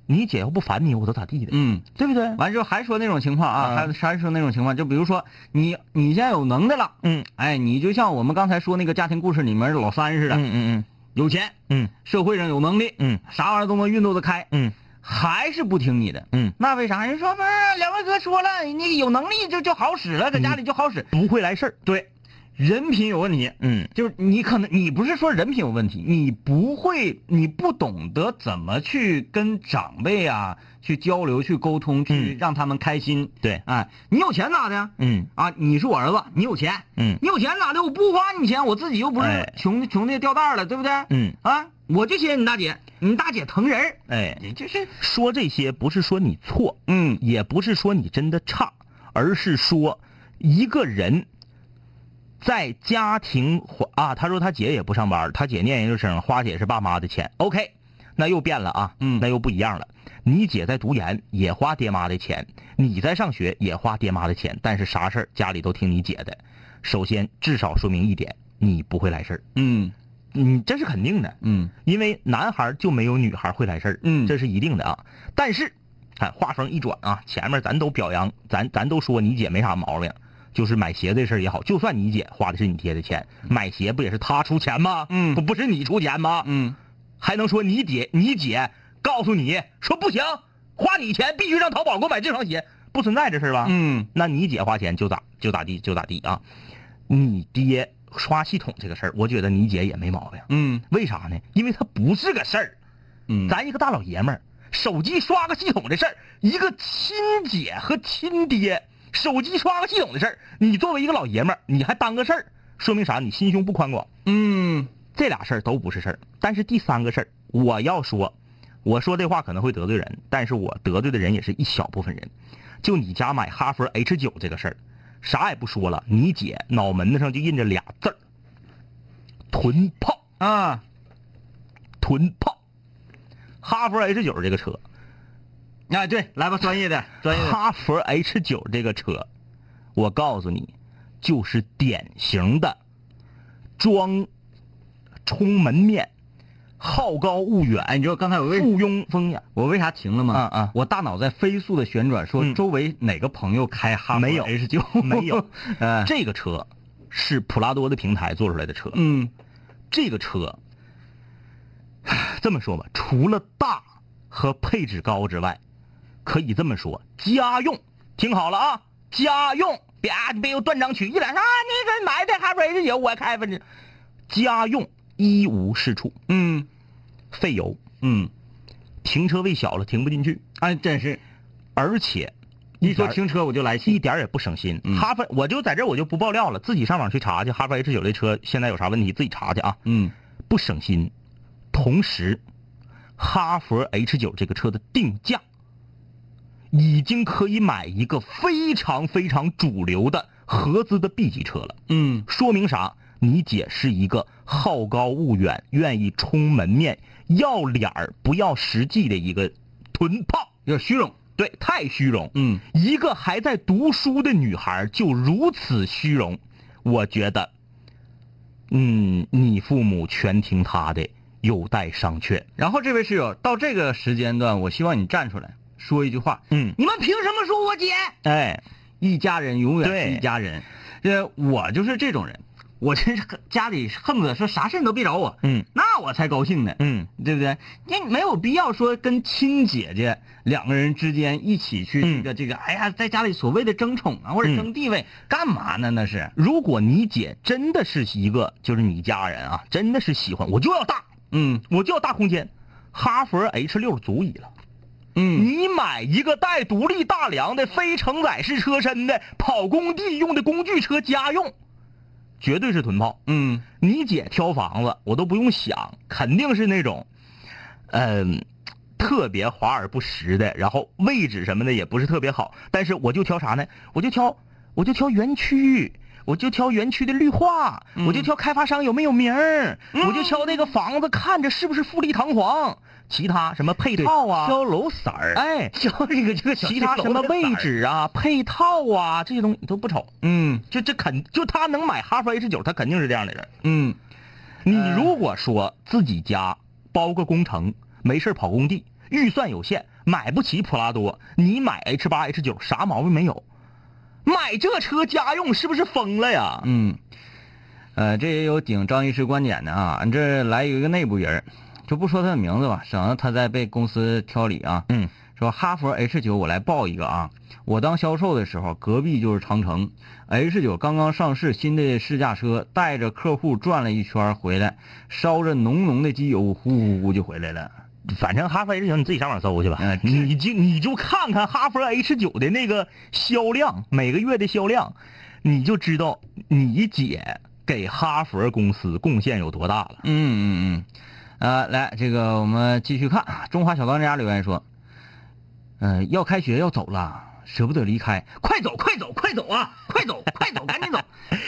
[SPEAKER 1] 你姐要不烦你，我都咋地的，
[SPEAKER 3] 嗯。
[SPEAKER 1] 对不对？
[SPEAKER 3] 完之后还说那种情况啊，
[SPEAKER 1] 嗯
[SPEAKER 3] 还还说那种情况，就比如说你你现在有能耐了，
[SPEAKER 1] 嗯
[SPEAKER 3] 哎，你就像我们刚才说那个家庭故事里面老三似的，
[SPEAKER 1] 嗯
[SPEAKER 3] 有钱，
[SPEAKER 1] 嗯
[SPEAKER 3] 社会上有能力，
[SPEAKER 1] 嗯
[SPEAKER 3] 啥玩意儿都能运作得开，
[SPEAKER 1] 嗯
[SPEAKER 3] 还是不听你的，
[SPEAKER 1] 嗯，
[SPEAKER 3] 那为啥？人说不是两位哥说了，那个有能力就就好使了，在家里
[SPEAKER 1] 嗯
[SPEAKER 3] 就好使，
[SPEAKER 1] 不会来事儿。
[SPEAKER 3] 对，人品有问题，
[SPEAKER 1] 嗯
[SPEAKER 3] 就是你可能你不是说人品有问题，你不会，你不懂得怎么去跟长辈啊去交流、去沟通、去
[SPEAKER 1] 嗯
[SPEAKER 3] 让他们开心。
[SPEAKER 1] 对
[SPEAKER 3] 哎，你有钱咋的？
[SPEAKER 1] 嗯
[SPEAKER 3] 啊，你是我儿子，你有钱，
[SPEAKER 1] 嗯
[SPEAKER 3] 你有钱咋的？我不花你钱，我自己又不是
[SPEAKER 1] 哎
[SPEAKER 3] 穷穷的掉蛋儿了，对不对？
[SPEAKER 1] 嗯，
[SPEAKER 3] 啊，我就谢你大姐，你大姐疼人儿，
[SPEAKER 1] 哎。
[SPEAKER 3] 你就是
[SPEAKER 1] 说这些不是说你错，
[SPEAKER 3] 嗯
[SPEAKER 1] 也不是说你真的差，而是说一个人在家庭环啊，他说他姐也不上班，他姐念研究生，花姐是爸妈的钱，OK，那又变了啊，
[SPEAKER 3] 嗯
[SPEAKER 1] 那又不一样了。你姐在读研也花爹妈的钱，你在上学也花爹妈的钱，但是啥事儿家里都听你姐的。首先，至少说明一点，你不会来事儿，
[SPEAKER 3] 嗯
[SPEAKER 1] 你这是肯定的。
[SPEAKER 3] 嗯
[SPEAKER 1] 因为男孩就没有女孩会来事儿，
[SPEAKER 3] 嗯
[SPEAKER 1] 这是一定的啊。但是，看话锋一转啊，前面咱都表扬，咱咱都说你姐没啥毛病，就是买鞋这事儿也好，就算你姐花的是你爹的钱，买鞋不也是她出钱吗？
[SPEAKER 3] 嗯
[SPEAKER 1] 不不是你出钱吗？
[SPEAKER 3] 嗯
[SPEAKER 1] 还能说你姐你姐告诉你说不行，花你钱必须让淘宝给我买这双鞋，不存在这事儿吧？
[SPEAKER 3] 嗯
[SPEAKER 1] 那你姐花钱就咋就咋地就咋地啊？你爹刷系统这个事儿，我觉得你姐也没毛病。
[SPEAKER 3] 嗯
[SPEAKER 1] 为啥呢？因为它不是个事儿，
[SPEAKER 3] 嗯，
[SPEAKER 1] 咱一个大老爷们儿，手机刷个系统的事儿，一个亲姐和亲爹，手机刷个系统的事儿，你作为一个老爷们儿，你还当个事儿，说明啥？你心胸不宽广。
[SPEAKER 3] 嗯
[SPEAKER 1] 这俩事儿都不是事儿，但是第三个事儿，我要说，我说这话可能会得罪人，但是我得罪的人也是一小部分人。就你家买哈佛 H 九这个事儿，啥也不说了，你姐脑门子上就印着俩字儿： 囤炮。
[SPEAKER 3] 啊
[SPEAKER 1] 囤炮。哈弗 H 九这个车，
[SPEAKER 3] 啊对，来吧，专业的专业的，
[SPEAKER 1] 哈弗 H 九这个车，我告诉你，就是典型的装充门面、好高骛
[SPEAKER 3] 哎，
[SPEAKER 1] 远、
[SPEAKER 3] 你知道刚才我为
[SPEAKER 1] 附庸风雅。
[SPEAKER 3] 我为啥停了吗？
[SPEAKER 1] 啊啊
[SPEAKER 3] 我大脑在飞速的旋转，说
[SPEAKER 1] 嗯
[SPEAKER 3] 周围哪个朋友开哈弗
[SPEAKER 1] 没有
[SPEAKER 3] H 9
[SPEAKER 1] 没有，
[SPEAKER 3] 呃，
[SPEAKER 1] 这个车是普拉多的平台做出来的车，
[SPEAKER 3] 嗯
[SPEAKER 1] 这个车， 唉这么说吧，除了大和配置高之外，可以这么说，家用，听好了啊，家用，别你别又断章取义了，说啊，那个买的哈弗 H 九我开分之，家用一无是处，
[SPEAKER 3] 嗯
[SPEAKER 1] 费油，
[SPEAKER 3] 嗯，
[SPEAKER 1] 停车位小了停不进去，
[SPEAKER 3] 哎，真是，
[SPEAKER 1] 而且
[SPEAKER 3] 一说
[SPEAKER 1] 点儿
[SPEAKER 3] 停车我就来
[SPEAKER 1] 一
[SPEAKER 3] 气。
[SPEAKER 1] 点儿也不省心。
[SPEAKER 3] 嗯
[SPEAKER 1] 哈弗，我就在这儿我就不爆料了，自己上网去查去，哈弗 H 九这车现在有啥问题自己查去啊，
[SPEAKER 3] 嗯，
[SPEAKER 1] 不省心。同时，哈弗 H 九这个车的定价已经可以买一个非常非常主流的合资的 B 级车了。
[SPEAKER 3] 嗯
[SPEAKER 1] 说明啥？你姐是一个好高骛远、愿意冲门面、要脸儿不要实际的一个臀炮，
[SPEAKER 3] 有虚荣。
[SPEAKER 1] 对，太虚荣。
[SPEAKER 3] 嗯，
[SPEAKER 1] 一个还在读书的女孩就如此虚荣，我觉得，嗯，你父母全听她的，有待商榷。
[SPEAKER 3] 然后这位室友到这个时间段，我希望你站出来说一句话。
[SPEAKER 1] 嗯，
[SPEAKER 3] 你们凭什么说我姐？
[SPEAKER 1] 哎，
[SPEAKER 3] 一家人永远
[SPEAKER 1] 对
[SPEAKER 3] 是一家人。呃，我就是这种人，我真是恨家里恨不得说啥事你都别找我，
[SPEAKER 1] 嗯
[SPEAKER 3] 那我才高兴呢，
[SPEAKER 1] 嗯，
[SPEAKER 3] 对不对？那没有必要说跟亲姐姐两个人之间一起去
[SPEAKER 1] 嗯
[SPEAKER 3] 这个、这个，哎呀，在家里所谓的争宠啊或者
[SPEAKER 1] 嗯
[SPEAKER 3] 争地位，干嘛呢？那是，
[SPEAKER 1] 如果你姐真的是一个，就是你家人啊，真的是喜欢，我就要大，
[SPEAKER 3] 嗯
[SPEAKER 1] 我就要大空间，哈弗 H 六足矣了。
[SPEAKER 3] 嗯，
[SPEAKER 1] 你买一个带独立大梁的非承载式车身的跑工地用的工具车家用，绝对是臀炮。
[SPEAKER 3] 嗯
[SPEAKER 1] 你姐挑房子，我都不用想，肯定是那种，嗯、特别华而不实的，然后位置什么的也不是特别好。但是我就挑啥呢？我就挑，我就挑园区，我就挑园区的绿化，
[SPEAKER 3] 嗯
[SPEAKER 1] 我就挑开发商有没有名儿，我就挑那个房子看着是不是富丽堂皇，其他什么配套啊，
[SPEAKER 3] 挑楼色儿，
[SPEAKER 1] 哎，
[SPEAKER 3] 挑这个这个小
[SPEAKER 1] 其他
[SPEAKER 3] 楼
[SPEAKER 1] 什么
[SPEAKER 3] 的
[SPEAKER 1] 位
[SPEAKER 3] 色儿，
[SPEAKER 1] 置啊、配套啊这些东西你都不瞅，
[SPEAKER 3] 嗯
[SPEAKER 1] 就这肯就他能买哈弗 H 九，他肯定是这样的人。
[SPEAKER 3] 嗯，
[SPEAKER 1] 你如果说自己家包个工程，没事儿跑工地，预算有限，买不起普拉多，你买 H 八 H 九啥毛病没有？买这车家用是不是疯了呀？
[SPEAKER 3] 嗯，呃，这也有顶张医师观点的啊。俺这来有一个内部人儿，就不说他的名字吧，省得他再被公司挑理啊。
[SPEAKER 1] 嗯，
[SPEAKER 3] 说哈佛 H 九，我来报一个啊。我当销售的时候，隔壁就是长城 H 九刚刚上市，新的试驾车，带着客户转了一圈儿回来，烧着浓浓的机油，呼呼呼就回来了。
[SPEAKER 1] 反正哈弗 H 九你自己上网搜去吧，
[SPEAKER 3] 嗯这
[SPEAKER 1] 你就你就看看哈弗 H 九的那个销量，每个月的销量，你就知道你姐给哈佛公司贡献有多大了。
[SPEAKER 3] 嗯嗯嗯，呃，来，这个我们继续看，啊中华小当家留言说，呃，要开学要走了，舍不得离开，快走快走快走啊，快走快走，赶紧 走，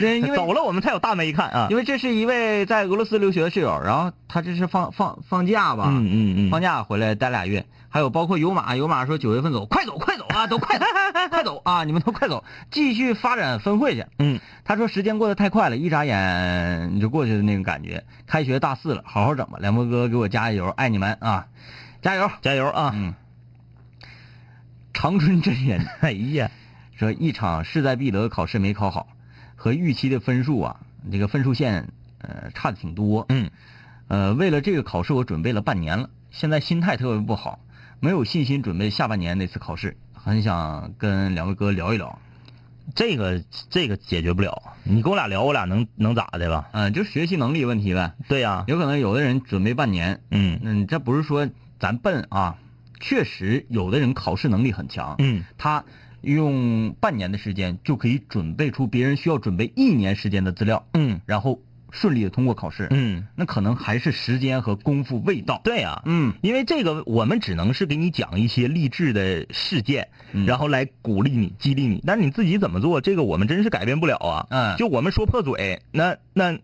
[SPEAKER 3] 因为
[SPEAKER 1] 走了，我们才有大妹一看啊
[SPEAKER 3] 因。为这是一位在俄罗斯留学的室友，然后他这是放放放假吧，
[SPEAKER 1] 嗯嗯
[SPEAKER 3] 放假回来待俩月，还有包括有马，有马说九月份走，快走快走啊，都快走快走啊，你们都快走，继续发展分会去。
[SPEAKER 1] 嗯，
[SPEAKER 3] 他说时间过得太快了，一眨眼你就过去的那种感觉。开学大四了，好好整吧，梁博哥给我加油，爱你们啊，加油！
[SPEAKER 1] 加油啊！
[SPEAKER 3] 嗯长春真人
[SPEAKER 1] 哎呀，
[SPEAKER 3] 说一场势在必得的考试没考好，和预期的分数啊，这个分数线呃差的挺多。
[SPEAKER 1] 嗯，
[SPEAKER 3] 呃，为了这个考试我准备了半年了，现在心态特别不好，没有信心准备下半年那次考试，很想跟两位哥聊一聊。
[SPEAKER 1] 这个这个解决不了，你跟我俩聊，我俩能能咋的吧？
[SPEAKER 3] 嗯、就学习能力问题呗，
[SPEAKER 1] 对呀、
[SPEAKER 3] 有可能有的人准备半年，
[SPEAKER 1] 嗯
[SPEAKER 3] 嗯，这不是说咱笨啊，确实有的人考试能力很强，
[SPEAKER 1] 嗯，
[SPEAKER 3] 他用半年的时间就可以准备出别人需要准备一年时间的资料，
[SPEAKER 1] 嗯
[SPEAKER 3] 然后顺利的通过考试，
[SPEAKER 1] 嗯，
[SPEAKER 3] 那可能还是时间和功夫未到。
[SPEAKER 1] 对呀、
[SPEAKER 3] 嗯
[SPEAKER 1] 因为这个，我们只能是给你讲一些励志的事件，
[SPEAKER 3] 嗯
[SPEAKER 1] 然后来鼓励你、激励你。但是你自己怎么做，这个我们真是改变不了啊。
[SPEAKER 3] 嗯
[SPEAKER 1] 就我们说破嘴，那那，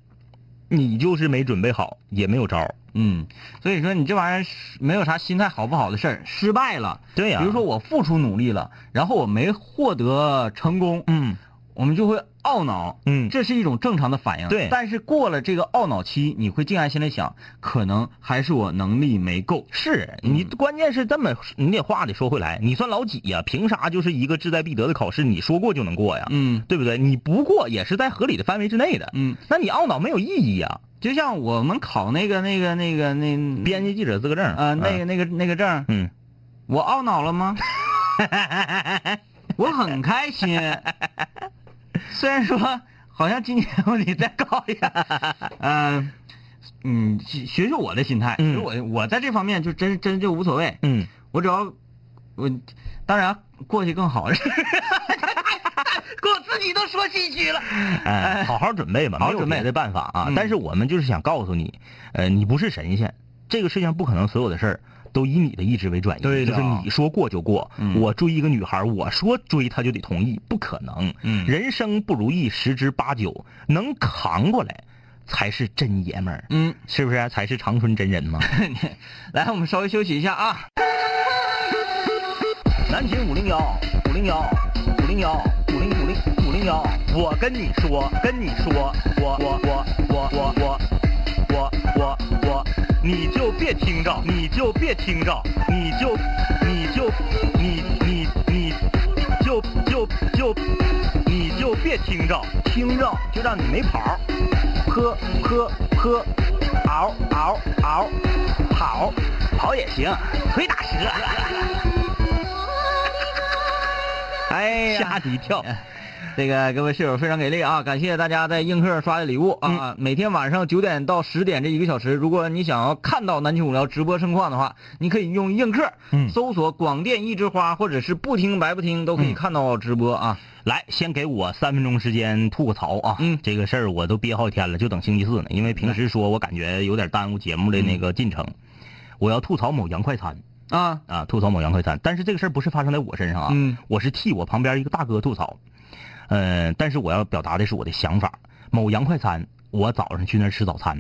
[SPEAKER 1] 你就是没准备好，也没有招儿。
[SPEAKER 3] 嗯，所以说你这玩意儿是没有啥心态好不好的事儿，失败了，
[SPEAKER 1] 对呀、
[SPEAKER 3] 比如说，我付出努力了，然后我没获得成功，
[SPEAKER 1] 嗯
[SPEAKER 3] 我们就会懊恼，
[SPEAKER 1] 嗯，
[SPEAKER 3] 这是一种正常的反应。
[SPEAKER 1] 对
[SPEAKER 3] 但是过了这个懊恼期，你会静下心来想，可能还是我能力没够。
[SPEAKER 1] 是你
[SPEAKER 3] 嗯
[SPEAKER 1] 关键是这么，你得话得说回来，你算老几呀、凭啥就是一个志在必得的考试，你说过就能过呀？
[SPEAKER 3] 嗯
[SPEAKER 1] 对不对？你不过也是在合理的范围之内的，
[SPEAKER 3] 嗯，
[SPEAKER 1] 那你懊恼没有意义啊呀、
[SPEAKER 3] 就像我们考那个那个那个那嗯呃
[SPEAKER 1] 编辑记者资格证
[SPEAKER 3] 啊、那个那个那个证儿，
[SPEAKER 1] 嗯，
[SPEAKER 3] 我懊恼了吗？我很开心。虽然说好像今年我得再高一点，嗯、嗯，学学学我的心态，
[SPEAKER 1] 嗯
[SPEAKER 3] 其实我我在这方面就真真就无所谓，
[SPEAKER 1] 嗯，
[SPEAKER 3] 我只要我当然过去更好，
[SPEAKER 4] 给我自己都说心虚了。
[SPEAKER 1] 哎，好好准备吧，
[SPEAKER 3] 好好
[SPEAKER 1] 没有
[SPEAKER 3] 准备
[SPEAKER 1] 别的办法啊。
[SPEAKER 3] 嗯
[SPEAKER 1] 但是我们就是想告诉你，呃，你不是神仙，这个世界上不可能所有的事儿都以你的意志为转移，
[SPEAKER 3] 对的
[SPEAKER 1] 就是你说过就过。
[SPEAKER 3] 嗯
[SPEAKER 1] 我追一个女孩，我说追她就得同意，不可能。
[SPEAKER 3] 嗯
[SPEAKER 1] 人生不如意十之八九，能扛过来才是真爷们儿，
[SPEAKER 3] 嗯，
[SPEAKER 1] 是不是、才是长春真人嘛。
[SPEAKER 3] 来，我们稍微休息一下啊。
[SPEAKER 1] 南秦五零幺五零幺五零幺五零五零五零幺，我跟你说，跟你说，我我我我我我我我我，你就别听着，你就别听着，你就你就你你你就就就你就别听着，听着就让你没跑儿，喝喝喝，嗷嗷嗷，跑跑也行，腿打折。
[SPEAKER 3] 哎呀，
[SPEAKER 1] 吓你一跳。
[SPEAKER 3] 这个各位室友非常给力啊！感谢大家在映客刷的礼物啊！每天晚上九点到十点这一个小时，如果你想要看到南青五聊直播盛况的话，你可以用映客
[SPEAKER 1] 嗯
[SPEAKER 3] 搜索“广电一枝花”或者是“不听白不听”，都可以看到直播啊！
[SPEAKER 1] 来，先给我三分钟时间吐个槽啊！
[SPEAKER 3] 嗯
[SPEAKER 1] 这个事儿我都憋好几天了，就等星期四呢，因为平时说我感觉有点耽误节目的那个进程。我要吐槽某洋快餐
[SPEAKER 3] 啊，
[SPEAKER 1] 啊，吐槽某洋快餐，但是这个事儿不是发生在我身上啊，
[SPEAKER 3] 嗯
[SPEAKER 1] 我是替我旁边一个大哥吐槽。呃，但是我要表达的是我的想法。某洋快餐，我早上去那儿吃早餐，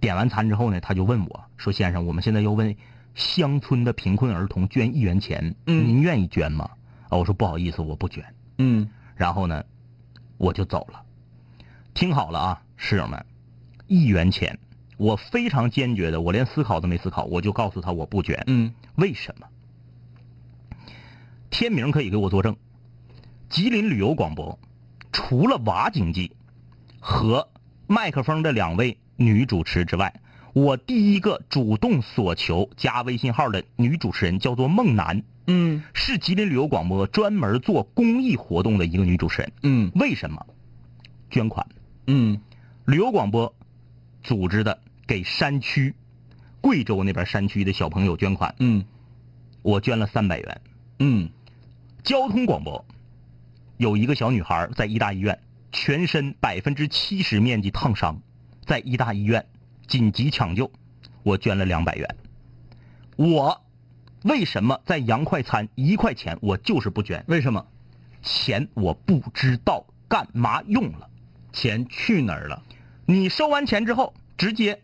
[SPEAKER 1] 点完餐之后呢，他就问我说：“先生，我们现在要问乡村的贫困儿童捐一元钱，
[SPEAKER 3] 嗯
[SPEAKER 1] 您愿意捐吗？”啊，我说不好意思，我不捐。
[SPEAKER 3] 嗯
[SPEAKER 1] 然后呢，我就走了。听好了啊，室友们，一元钱，我非常坚决的，我连思考都没思考，我就告诉他我不捐。
[SPEAKER 3] 嗯
[SPEAKER 1] 为什么？天明可以给我作证，吉林旅游广播除了瓦经济和麦克风的两位女主持之外，我第一个主动索求加微信号的女主持人叫做孟楠，
[SPEAKER 3] 嗯
[SPEAKER 1] 是吉林旅游广播专门做公益活动的一个女主持人。
[SPEAKER 3] 嗯
[SPEAKER 1] 为什么？捐款，
[SPEAKER 3] 嗯
[SPEAKER 1] 旅游广播组织的给山区，贵州那边山区的小朋友捐款，
[SPEAKER 3] 嗯
[SPEAKER 1] 我捐了三百元。
[SPEAKER 3] 嗯
[SPEAKER 1] 交通广播有一个小女孩在医大医院，全身百分之七十面积烫伤，在医大医院紧急抢救，我捐了两百元。我为什么在洋快餐一块钱我就是不捐？为什么？钱我不知道干嘛用了，钱去哪儿了？你收完钱之后，直接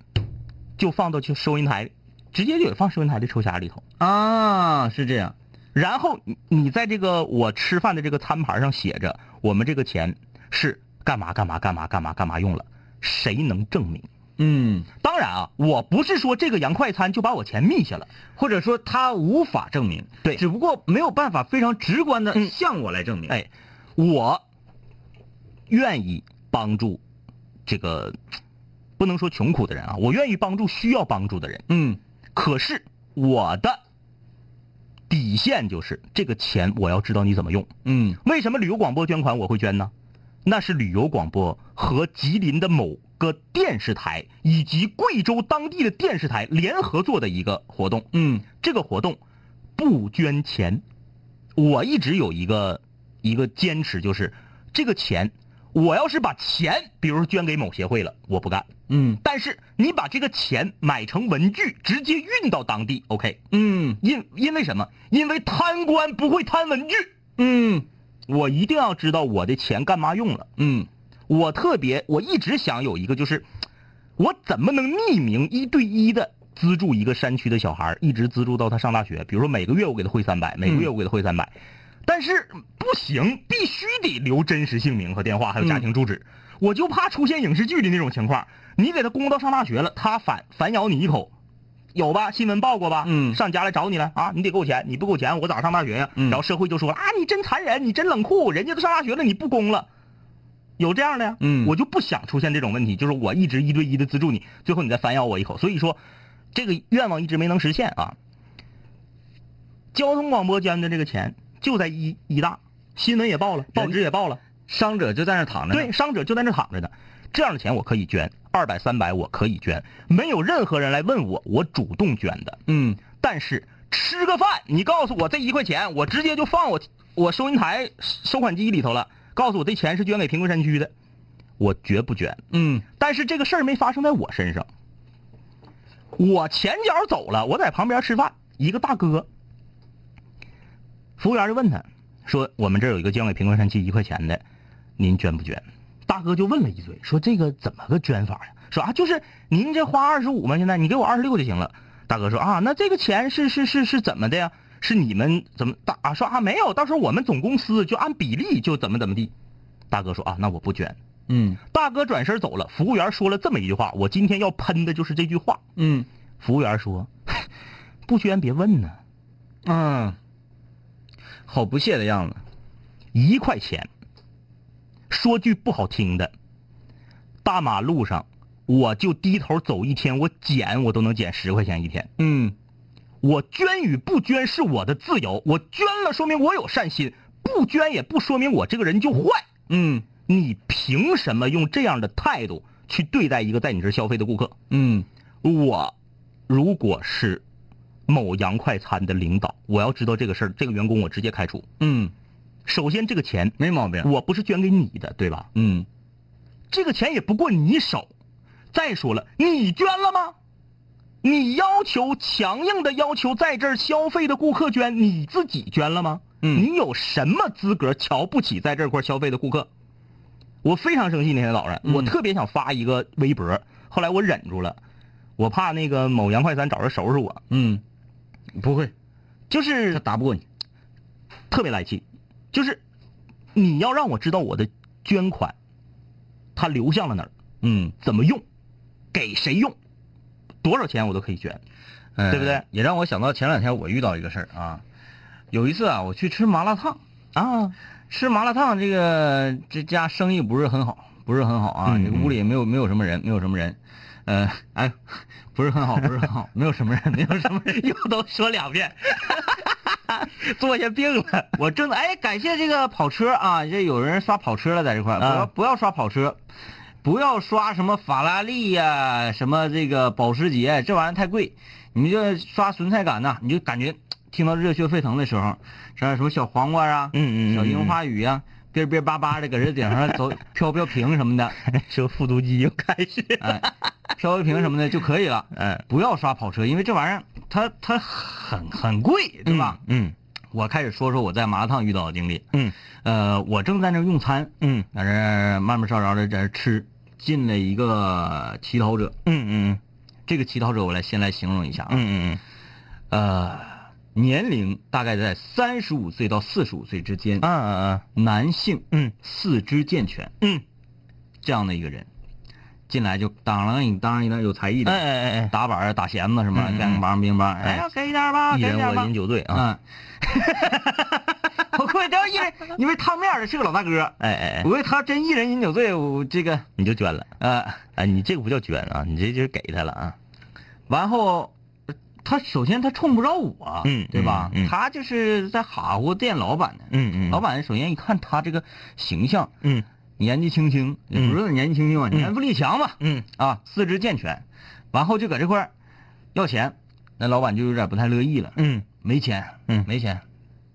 [SPEAKER 1] 就放到去收银台，直接就放收银台的抽匣里头。
[SPEAKER 3] 啊，是这样，
[SPEAKER 1] 然后你你在这个我吃饭的这个餐盘上写着，我们这个钱是干嘛干嘛干嘛干嘛干嘛用了，谁能证明？
[SPEAKER 3] 嗯，
[SPEAKER 1] 当然啊，我不是说这个洋快餐就把我钱密下了，
[SPEAKER 3] 或者说他无法证明，
[SPEAKER 1] 对
[SPEAKER 3] 只不过没有办法非常直观的
[SPEAKER 1] 嗯
[SPEAKER 3] 向我来证明，
[SPEAKER 1] 哎，我愿意帮助这个不能说穷苦的人啊，我愿意帮助需要帮助的人，
[SPEAKER 3] 嗯
[SPEAKER 1] 可是我的底线就是这个钱我要知道你怎么用。
[SPEAKER 3] 嗯
[SPEAKER 1] 为什么旅游广播捐款我会捐呢？那是旅游广播和吉林的某个电视台以及贵州当地的电视台联合做的一个活动。
[SPEAKER 3] 嗯
[SPEAKER 1] 这个活动不捐钱。我一直有一个一个坚持，就是这个钱，我要是把钱，比如说捐给某协会了，我不干。
[SPEAKER 3] 嗯
[SPEAKER 1] 但是你把这个钱买成文具，直接运到当地，OK？
[SPEAKER 3] 嗯
[SPEAKER 1] 因因为什么？因为贪官不会贪文具。
[SPEAKER 3] 嗯
[SPEAKER 1] 我一定要知道我的钱干嘛用了。
[SPEAKER 3] 嗯
[SPEAKER 1] 我特别，我一直想有一个，就是我怎么能匿名一对一的资助一个山区的小孩儿，一直资助到他上大学。比如说每个月我给他汇三
[SPEAKER 3] 嗯
[SPEAKER 1] 百，每个月我给他汇三百、但是不行，必须得留真实姓名和电话，还有家庭住
[SPEAKER 3] 嗯
[SPEAKER 1] 址。我就怕出现影视剧里那种情况，你给他供到上大学了，他反反咬你一口。有吧？新闻报过吧？
[SPEAKER 3] 嗯
[SPEAKER 1] 上家来找你了啊！你得给我钱，你不给我钱，我咋上大学呀、
[SPEAKER 3] 嗯
[SPEAKER 1] 然后社会就说啊，你真残忍，你真冷酷，人家都上大学了，你不供了。有这样的呀，
[SPEAKER 3] 嗯
[SPEAKER 1] 我就不想出现这种问题，就是我一直一对一的资助你，最后你再反咬我一口，所以说，这个愿望一直没能实现啊。交通广播捐的这个钱就在医医大，新闻也报了，报纸也报了，
[SPEAKER 3] 伤者就在那儿躺着呢。
[SPEAKER 1] 对，伤者就在那躺着呢。这样的钱我可以捐，二百、三百我可以捐，没有任何人来问我，我主动捐的。
[SPEAKER 3] 嗯，
[SPEAKER 1] 但是吃个饭，你告诉我这一块钱，我直接就放我我收银台收款机里头了，告诉我这钱是捐给贫困山区的，我绝不捐。
[SPEAKER 3] 嗯，
[SPEAKER 1] 但是这个事儿没发生在我身上，我前脚走了，我在旁边吃饭，一个大哥，服务员就问他说：“我们这儿有一个捐给贫困山区一块钱的，您捐不捐？”大哥就问了一嘴，说：“这个怎么个捐法呀、说啊，就是您这花二十五吗？现在你给我二十六就行了。”大哥说：“啊，那这个钱是是是是怎么的呀？是你们怎么大啊？说啊没有，到时候我们总公司就按比例就怎么怎么地。”大哥说：“啊，那我不捐。”
[SPEAKER 3] 嗯
[SPEAKER 1] 大哥转身走了，服务员说了这么一句话，我今天要喷的就是这句话。
[SPEAKER 3] 嗯
[SPEAKER 1] 服务员说：“不捐别问呢，
[SPEAKER 3] 嗯，好不屑的样子。
[SPEAKER 1] 一块钱。”说句不好听的，大马路上我就低头走一天，我捡我都能捡十块钱一天。
[SPEAKER 3] 嗯
[SPEAKER 1] 我捐与不捐是我的自由，我捐了说明我有善心，不捐也不说明我这个人就坏。
[SPEAKER 3] 嗯
[SPEAKER 1] 你凭什么用这样的态度去对待一个在你这儿消费的顾客？
[SPEAKER 3] 嗯
[SPEAKER 1] 我如果是某洋快餐的领导，我要知道这个事儿，这个员工我直接开除。
[SPEAKER 3] 嗯，
[SPEAKER 1] 首先，这个钱
[SPEAKER 3] 没毛病。
[SPEAKER 1] 我不是捐给你的，对吧？
[SPEAKER 3] 嗯
[SPEAKER 1] 这个钱也不过你手。再说了，你捐了吗？你要求强硬的要求在这儿消费的顾客捐，你自己捐了吗？
[SPEAKER 3] 嗯
[SPEAKER 1] 你有什么资格瞧不起在这块儿消费的顾客？我非常生气那天早上，
[SPEAKER 3] 嗯
[SPEAKER 1] 我特别想发一个微博，后来我忍住了，我怕那个某洋快餐找人收拾我，
[SPEAKER 3] 嗯，不会，
[SPEAKER 1] 就是
[SPEAKER 3] 他打不过你。
[SPEAKER 1] 特别来气，就是你要让我知道我的捐款，它流向了哪儿，
[SPEAKER 3] 嗯，
[SPEAKER 1] 怎么用，给谁用，多少钱我都可以捐。
[SPEAKER 3] 哎
[SPEAKER 1] 对不对？
[SPEAKER 3] 也让我想到前两天我遇到一个事儿啊，有一次啊，我去吃麻辣烫啊，吃麻辣烫这个这家生意不是很好，不是很好啊，
[SPEAKER 1] 嗯
[SPEAKER 3] 这个屋里也没有没有什么人，没有什么人，呃，哎，不是很好，不是很好，没有什么人，没有什么人， 又都说两遍。坐下病了，我正哎，感谢这个跑车啊，这有人刷跑车了，在这块儿不要、
[SPEAKER 1] 啊
[SPEAKER 3] 不要刷跑车，不要刷什么法拉利呀、什么这个保时捷，这玩意儿太贵。你就刷存在感呐，你就感觉听到热血沸腾的时候，这什么小黄瓜啊，
[SPEAKER 1] 嗯嗯嗯
[SPEAKER 3] 小樱花雨呀、别别叭叭的搁这顶上走飘飘屏什么的，
[SPEAKER 1] 嗯说复读机又开始，
[SPEAKER 3] 哎，飘飘屏什么的就可以了。
[SPEAKER 1] 哎，
[SPEAKER 3] 不要刷跑车，因为这玩意儿它它很很贵，对
[SPEAKER 1] 对
[SPEAKER 3] 吧
[SPEAKER 1] 吧？？嗯
[SPEAKER 3] 我开始说说我在麻辣烫遇到的经历。
[SPEAKER 1] 嗯
[SPEAKER 3] 呃，我正在那儿用餐，
[SPEAKER 1] 嗯
[SPEAKER 3] 在这儿慢慢烧烧的在这儿吃，进了一个乞讨者。
[SPEAKER 1] 嗯嗯
[SPEAKER 3] 这个乞讨者，我来先来形容一下啊，
[SPEAKER 1] 嗯嗯
[SPEAKER 3] 呃，年龄大概在三十五岁到四十五岁之间，
[SPEAKER 1] 嗯，啊啊
[SPEAKER 3] 男性，
[SPEAKER 1] 嗯，
[SPEAKER 3] 四肢健全
[SPEAKER 1] 嗯，
[SPEAKER 3] 这样的一个人，进来就当啷一当啷一当有才艺
[SPEAKER 1] 哎
[SPEAKER 3] 的，
[SPEAKER 1] 哎哎
[SPEAKER 3] 打板儿打弦子什么，
[SPEAKER 1] 嗯嗯
[SPEAKER 3] 干个棒冰棒，
[SPEAKER 1] 哎
[SPEAKER 3] 哎呀，给点儿吧，
[SPEAKER 1] 哎，一
[SPEAKER 3] 给点
[SPEAKER 1] 人
[SPEAKER 3] 儿
[SPEAKER 1] 我
[SPEAKER 3] 吧
[SPEAKER 1] 饮，酒醉啊，
[SPEAKER 3] 啊， 我估计这要一人，因为烫面儿的是个老大哥，
[SPEAKER 1] 哎哎哎，
[SPEAKER 3] 我估计他真一人饮酒醉，我这个
[SPEAKER 1] 你就捐了，
[SPEAKER 3] 呃，
[SPEAKER 1] 哎，你这个不叫捐啊，你这就是给他了啊，
[SPEAKER 3] 完后，呃他首先他冲不着我，
[SPEAKER 1] 嗯
[SPEAKER 3] 对吧？
[SPEAKER 1] 嗯嗯
[SPEAKER 3] 他就是在哈呼店老板呢。
[SPEAKER 1] 嗯嗯，
[SPEAKER 3] 老，板首先一看他这个形象，
[SPEAKER 1] 嗯
[SPEAKER 3] 年纪轻轻，也
[SPEAKER 1] 嗯
[SPEAKER 3] 不是年纪轻轻吧，
[SPEAKER 1] 嗯
[SPEAKER 3] 年富力强吧，
[SPEAKER 1] 嗯
[SPEAKER 3] 啊，四肢健全，完后就搁这块儿要钱，那老板就有点不太乐意了，
[SPEAKER 1] 嗯
[SPEAKER 3] 没钱，
[SPEAKER 1] 嗯
[SPEAKER 3] 没钱，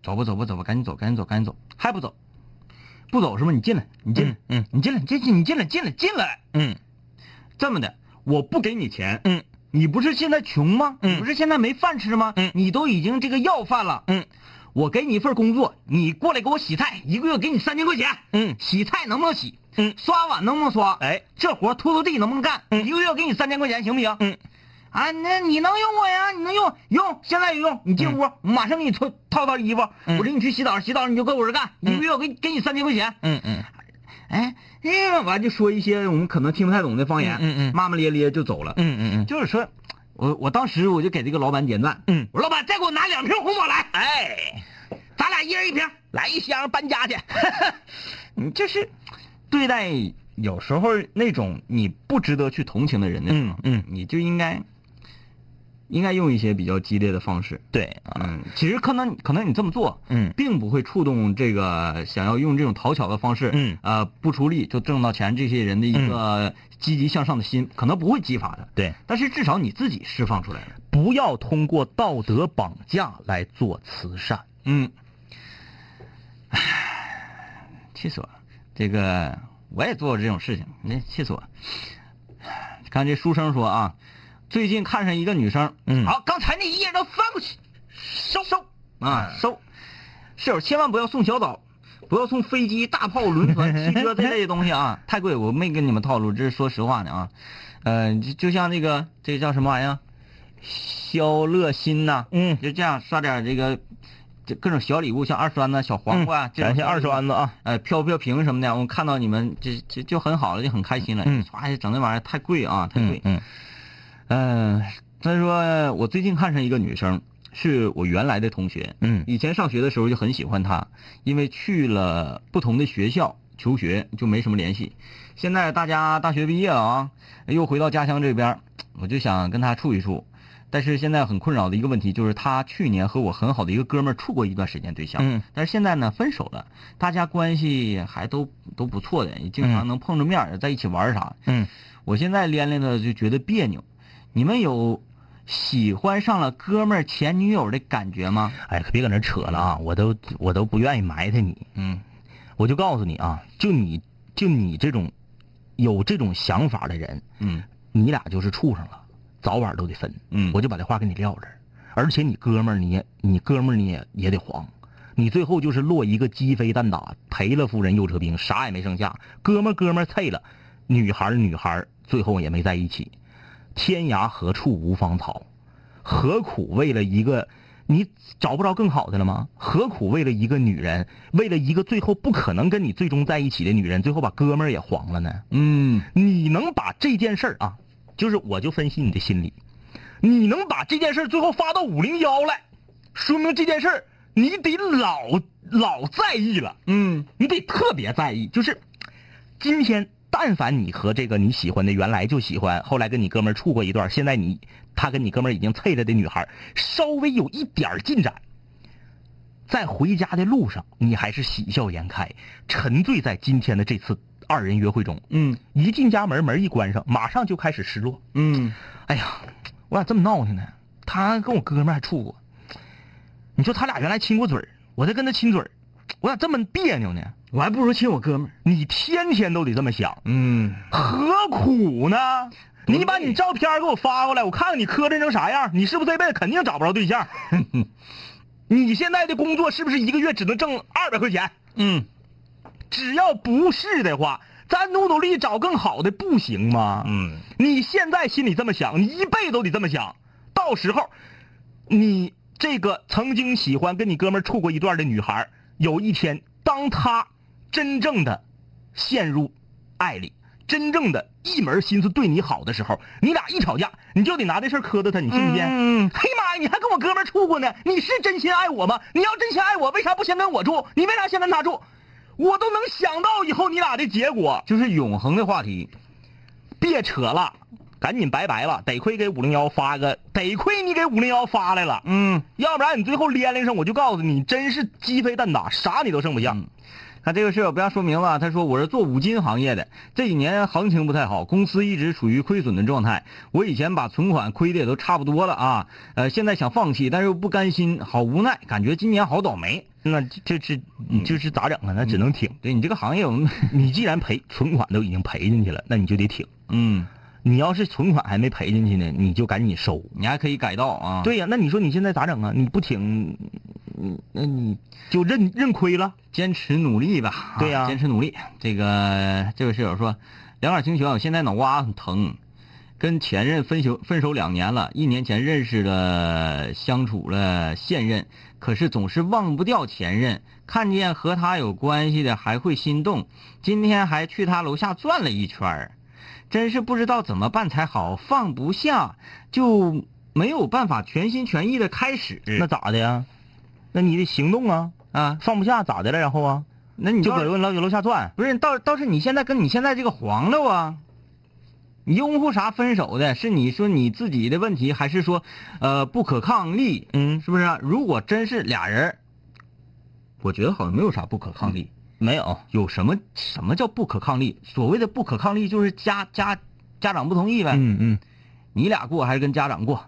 [SPEAKER 3] 走吧走吧走吧，赶紧走赶紧走赶紧走，还不走，不走是吗？你进来，你进来，
[SPEAKER 1] 嗯嗯
[SPEAKER 3] 你进来，进进你进来进来进来，
[SPEAKER 1] 嗯
[SPEAKER 3] 这么的，我不给你钱，
[SPEAKER 1] 嗯，
[SPEAKER 3] 你不是现在穷吗？
[SPEAKER 1] 嗯
[SPEAKER 3] 你不是现在没饭吃吗？
[SPEAKER 1] 嗯
[SPEAKER 3] 你都已经这个要饭了，
[SPEAKER 1] 嗯，
[SPEAKER 3] 我给你一份工作，你过来给我洗菜，一个月给你三千块钱，
[SPEAKER 1] 嗯
[SPEAKER 3] 洗菜能不能洗？
[SPEAKER 1] 嗯
[SPEAKER 3] 刷碗能不能刷？
[SPEAKER 1] 哎，
[SPEAKER 3] 这活拖拖地能不能干？
[SPEAKER 1] 嗯
[SPEAKER 3] 一个月给你三千块钱行不行？
[SPEAKER 1] 嗯，
[SPEAKER 3] 啊，那你能用我呀？你能用用，现在就用，你进屋，马上给你脱套套衣服，
[SPEAKER 1] 嗯
[SPEAKER 3] 我领你去洗澡，洗澡你就搁我这干，
[SPEAKER 1] 嗯
[SPEAKER 3] 一个月我给你给你三千块钱。
[SPEAKER 1] 嗯嗯
[SPEAKER 3] 哎，哎，完就说一些我们可能听不太懂的方言，
[SPEAKER 1] 嗯嗯嗯
[SPEAKER 3] 骂骂咧咧就走了。
[SPEAKER 1] 嗯嗯嗯。
[SPEAKER 3] 就是说，我我当时我就给这个老板点赞，
[SPEAKER 1] 嗯，
[SPEAKER 3] 我说老板再给我拿两瓶红宝来，
[SPEAKER 1] 哎，
[SPEAKER 3] 咱俩一人一瓶，
[SPEAKER 1] 来一箱搬家去。
[SPEAKER 3] 你这是对待有时候那种你不值得去同情的人的时候，
[SPEAKER 1] 嗯嗯
[SPEAKER 3] 你就应该应该用一些比较激烈的方式。
[SPEAKER 1] 对啊，
[SPEAKER 3] 嗯，其实可能可能你这么做，
[SPEAKER 1] 嗯
[SPEAKER 3] 并不会触动这个想要用这种讨巧的方式，
[SPEAKER 1] 嗯
[SPEAKER 3] 呃，不出力就挣到钱这些人的一个积极向上的心，可能不会激发他，
[SPEAKER 1] 对，
[SPEAKER 3] 但是至少你自己释放出来了。
[SPEAKER 1] 不要通过道德绑架来做慈善。
[SPEAKER 3] 嗯，唉，气死我了！这个我也做过这种事情，那气死我了。唉看这书生说啊，最近看上一个女生，
[SPEAKER 1] 嗯
[SPEAKER 3] 好，刚才那一页都翻过去，收收啊
[SPEAKER 1] 嗯
[SPEAKER 3] 收，室友千万不要送小岛。不要送飞机、大炮、轮船、汽车这类的东西啊，太贵，我没跟你们套路，这是说实话呢啊。呃，就就像那个这叫什么玩意儿，肖乐心呐、
[SPEAKER 1] 嗯
[SPEAKER 3] 就这样刷点这个，这各种小礼物，像二栓呐、小黄瓜、啊，这
[SPEAKER 1] 嗯
[SPEAKER 3] 种
[SPEAKER 1] 感谢
[SPEAKER 3] 小礼
[SPEAKER 1] 二
[SPEAKER 3] 物
[SPEAKER 1] 栓子啊，
[SPEAKER 3] 呃，飘飘瓶什么的，我看到你们这这就很好了，就很开心了。
[SPEAKER 1] 嗯
[SPEAKER 3] 哎，整那玩意儿太贵啊，太
[SPEAKER 1] 嗯
[SPEAKER 3] 贵。
[SPEAKER 1] 嗯
[SPEAKER 3] 嗯，他、说我最近看上一个女生，是我原来的同学，
[SPEAKER 1] 嗯
[SPEAKER 3] 以前上学的时候就很喜欢她，因为去了不同的学校求学就没什么联系。现在大家大学毕业了啊，又回到家乡这边儿，我就想跟她处一处。但是现在很困扰的一个问题就是，她去年和我很好的一个哥们儿处过一段时间对象，
[SPEAKER 1] 嗯
[SPEAKER 3] 但是现在呢分手了，大家关系还都都不错的，也经常能碰着面儿，在一起玩儿啥。
[SPEAKER 1] 嗯，
[SPEAKER 3] 我现在连连的就觉得别扭，你们有喜欢上了哥们儿前女友的感觉吗？
[SPEAKER 1] 哎，可别搁那扯了啊！我都我都不愿意埋汰你，
[SPEAKER 3] 嗯
[SPEAKER 1] 我就告诉你啊，就你就你这种有这种想法的人，
[SPEAKER 3] 嗯
[SPEAKER 1] 你俩就是处上了，早晚都得分。
[SPEAKER 3] 嗯
[SPEAKER 1] 我就把这话跟你撂这儿。而且你哥们儿，你也你哥们儿，你也也得黄，你最后就是落一个鸡飞蛋打，赔了夫人又折兵，啥也没剩下。哥们儿，哥们儿退了，女孩儿，女孩儿，最后也没在一起。天涯何处无芳草，何苦为了一个你找不着更好的了吗？何苦为了一个女人，为了一个最后不可能跟你最终在一起的女人，最后把哥们儿也黄了呢？
[SPEAKER 3] 嗯
[SPEAKER 1] 你能把这件事儿啊，就是我就分析你的心理，你能把这件事儿最后发到五零幺来，说明这件事儿你得老老在意了，
[SPEAKER 3] 嗯
[SPEAKER 1] 你得特别在意。就是今天，但凡你和这个你喜欢的原来就喜欢，后来跟你哥们儿处过一段，现在你他跟你哥们儿已经配了的女孩，稍微有一点儿进展。在回家的路上，你还是喜笑颜开，沉醉在今天的这次二人约会中。
[SPEAKER 3] 嗯
[SPEAKER 1] 一进家门，门一关上，马上就开始失落。
[SPEAKER 3] 嗯
[SPEAKER 1] 哎呀，我咋这么闹腾呢？他跟我哥们儿还处过，你说他俩原来亲过嘴儿，我再跟他亲嘴儿，我咋这么别扭呢？
[SPEAKER 3] 我还不如亲我哥们儿。
[SPEAKER 1] 你天天都得这么想，
[SPEAKER 3] 嗯，
[SPEAKER 1] 何苦呢？
[SPEAKER 3] 对
[SPEAKER 1] 你把你照片给我发过来，我看看你磕碜成啥样。你是不是这辈子肯定找不着对象？ 你现在的工作是不是一个月只能挣二百块钱？
[SPEAKER 3] 嗯，
[SPEAKER 1] 只要不是的话，咱努努力找更好的，不行吗？
[SPEAKER 3] 嗯，
[SPEAKER 1] 你现在心里这么想，你一辈子都得这么想。到时候，你这个曾经喜欢跟你哥们儿处过一段的女孩儿，有一天，当她真正的陷入爱里，真正的一门心思对你好的时候，你俩一吵架，你就得拿这事儿磕的她，你信不信？
[SPEAKER 3] 嗯
[SPEAKER 1] 嘿妈呀，你还跟我哥们儿处过呢？你是真心爱我吗？你要真心爱我，为啥不先跟我住？你为啥先跟他住？我都能想到以后你俩的结果。
[SPEAKER 3] 就是永恒的话题。
[SPEAKER 1] 别扯了，赶紧拜拜了。得亏给五零幺发个，得亏你给五零幺发来了，
[SPEAKER 3] 嗯，
[SPEAKER 1] 要不然你最后连连上，我就告诉你，真是鸡飞蛋打，啥你都剩不下。
[SPEAKER 3] 看这个室友不要说明了，他说我是做五金行业的，这几年行情不太好，公司一直处于亏损的状态。我以前把存款亏的也都差不多了啊，呃，现在想放弃，但是又不甘心，好无奈，感觉今年好倒霉。嗯
[SPEAKER 1] 那这这这是咋整啊？那只能挺。
[SPEAKER 3] 对你这个行业，我们
[SPEAKER 1] 你既然赔存款都已经赔进去了，那你就得挺。
[SPEAKER 3] 嗯，
[SPEAKER 1] 你要是存款还没赔进去呢，你就赶紧收。
[SPEAKER 3] 你还可以改道啊。，
[SPEAKER 1] 对呀、那你说你现在咋整啊？你不挺，嗯那你就认认亏了。
[SPEAKER 3] 坚持努力吧。啊
[SPEAKER 1] 对呀
[SPEAKER 3] 坚持努力。这个这位室友说，两耳清泉，我现在脑瓜很疼，跟前任分手分手两年了，一年前认识了相处了现任，可是总是忘不掉前任，看见和他有关系的还会心动，今天还去他楼下转了一圈儿。真是不知道怎么办才好，放不下，就没有办法全心全意的开始。
[SPEAKER 1] 那咋的呀？那你得行动啊，
[SPEAKER 3] 啊，
[SPEAKER 1] 放不下咋的了？然后啊，
[SPEAKER 3] 那你
[SPEAKER 1] 就
[SPEAKER 3] 要
[SPEAKER 1] 搁
[SPEAKER 3] 是
[SPEAKER 1] 楼楼楼下转。
[SPEAKER 3] 不是，倒倒是你现在跟你现在这个黄了啊，你拥护啥分手的？是你说你自己的问题，还是说，呃，不可抗力？
[SPEAKER 1] 嗯，
[SPEAKER 3] 是不是啊、如果真是俩人儿，我觉得好像没有啥不可抗力。
[SPEAKER 1] 没有，
[SPEAKER 3] 有什么什么叫不可抗力？所谓的不可抗力就是家家家长不同意呗。
[SPEAKER 1] 嗯嗯，
[SPEAKER 3] 你俩过还是跟家长过，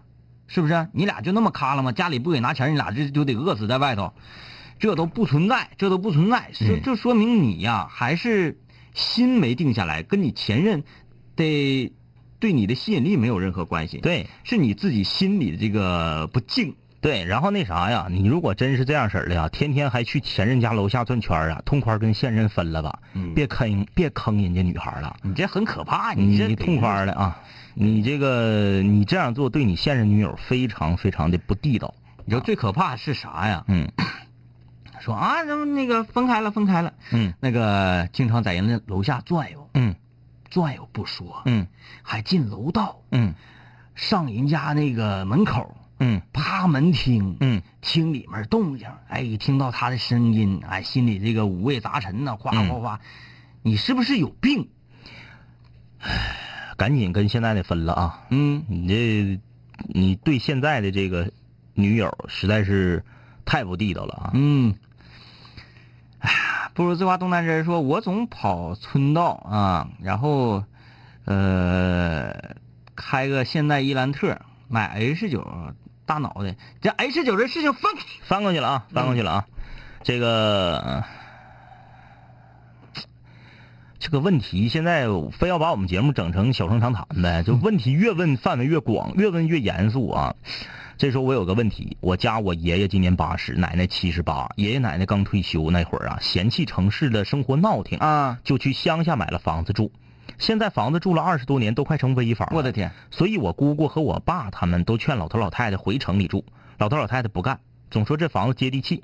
[SPEAKER 3] 是不是？你俩就那么卡了吗？家里不给拿钱，你俩这就得饿死在外头，这都不存在，这都不存在，这
[SPEAKER 1] 嗯
[SPEAKER 3] 这说明你呀、还是心没定下来，跟你前任得对你的吸引力没有任何关系，，
[SPEAKER 1] 对
[SPEAKER 3] 是你自己心里的这个不敬。
[SPEAKER 1] 对。然后那啥呀，你如果真是这样式儿的呀，天天还去前任家楼下转圈儿啊，痛快儿跟现任分了吧，
[SPEAKER 3] 嗯
[SPEAKER 1] 别坑别坑人家女孩儿了。
[SPEAKER 3] 你这很可怕，
[SPEAKER 1] 哎你
[SPEAKER 3] 这
[SPEAKER 1] 痛快儿的啊！你这个你这样做对你现任女友非常非常的不地道。
[SPEAKER 3] 你知道最可怕是啥呀？
[SPEAKER 1] 嗯
[SPEAKER 3] 说啊，那么那个分开了，分开了，
[SPEAKER 1] 嗯
[SPEAKER 3] 那个经常在人家楼下转悠，
[SPEAKER 1] 嗯
[SPEAKER 3] 转悠不说，
[SPEAKER 1] 嗯
[SPEAKER 3] 还进楼道，
[SPEAKER 1] 嗯
[SPEAKER 3] 上人家那个门口，
[SPEAKER 1] 嗯
[SPEAKER 3] 趴门听，
[SPEAKER 1] 嗯
[SPEAKER 3] 听里面动静，哎，一听到他的声音，哎，心里这个五味杂陈呐、哗
[SPEAKER 1] 嗯
[SPEAKER 3] 哗哗，你是不是有病？
[SPEAKER 1] 赶紧跟现在的分了啊！
[SPEAKER 3] 嗯，
[SPEAKER 1] 你这你对现在的这个女友实在是太不地道了啊！
[SPEAKER 3] 嗯，哎呀，不如自夸东南枝说，我总跑村道啊，然后，呃，开个现代伊兰特，买 H 九大脑袋，这 H 九这事情放开，
[SPEAKER 1] 翻过去了啊，翻过去了啊！这个这个问题现在非要把我们节目整成小声长谈呗，就问题越问范围越广，越问越严肃啊。这时候我有个问题，我家我爷爷今年八十，奶奶七十八，爷爷奶奶刚退休那会儿啊，嫌弃城市的生活闹挺，
[SPEAKER 3] 啊，
[SPEAKER 1] 就去乡下买了房子住。现在房子住了二十多年，都快成危房了。
[SPEAKER 3] 我的天，
[SPEAKER 1] 所以我姑姑和我爸他们都劝老头老太太回城里住，老头老太太不干，总说这房子接地气，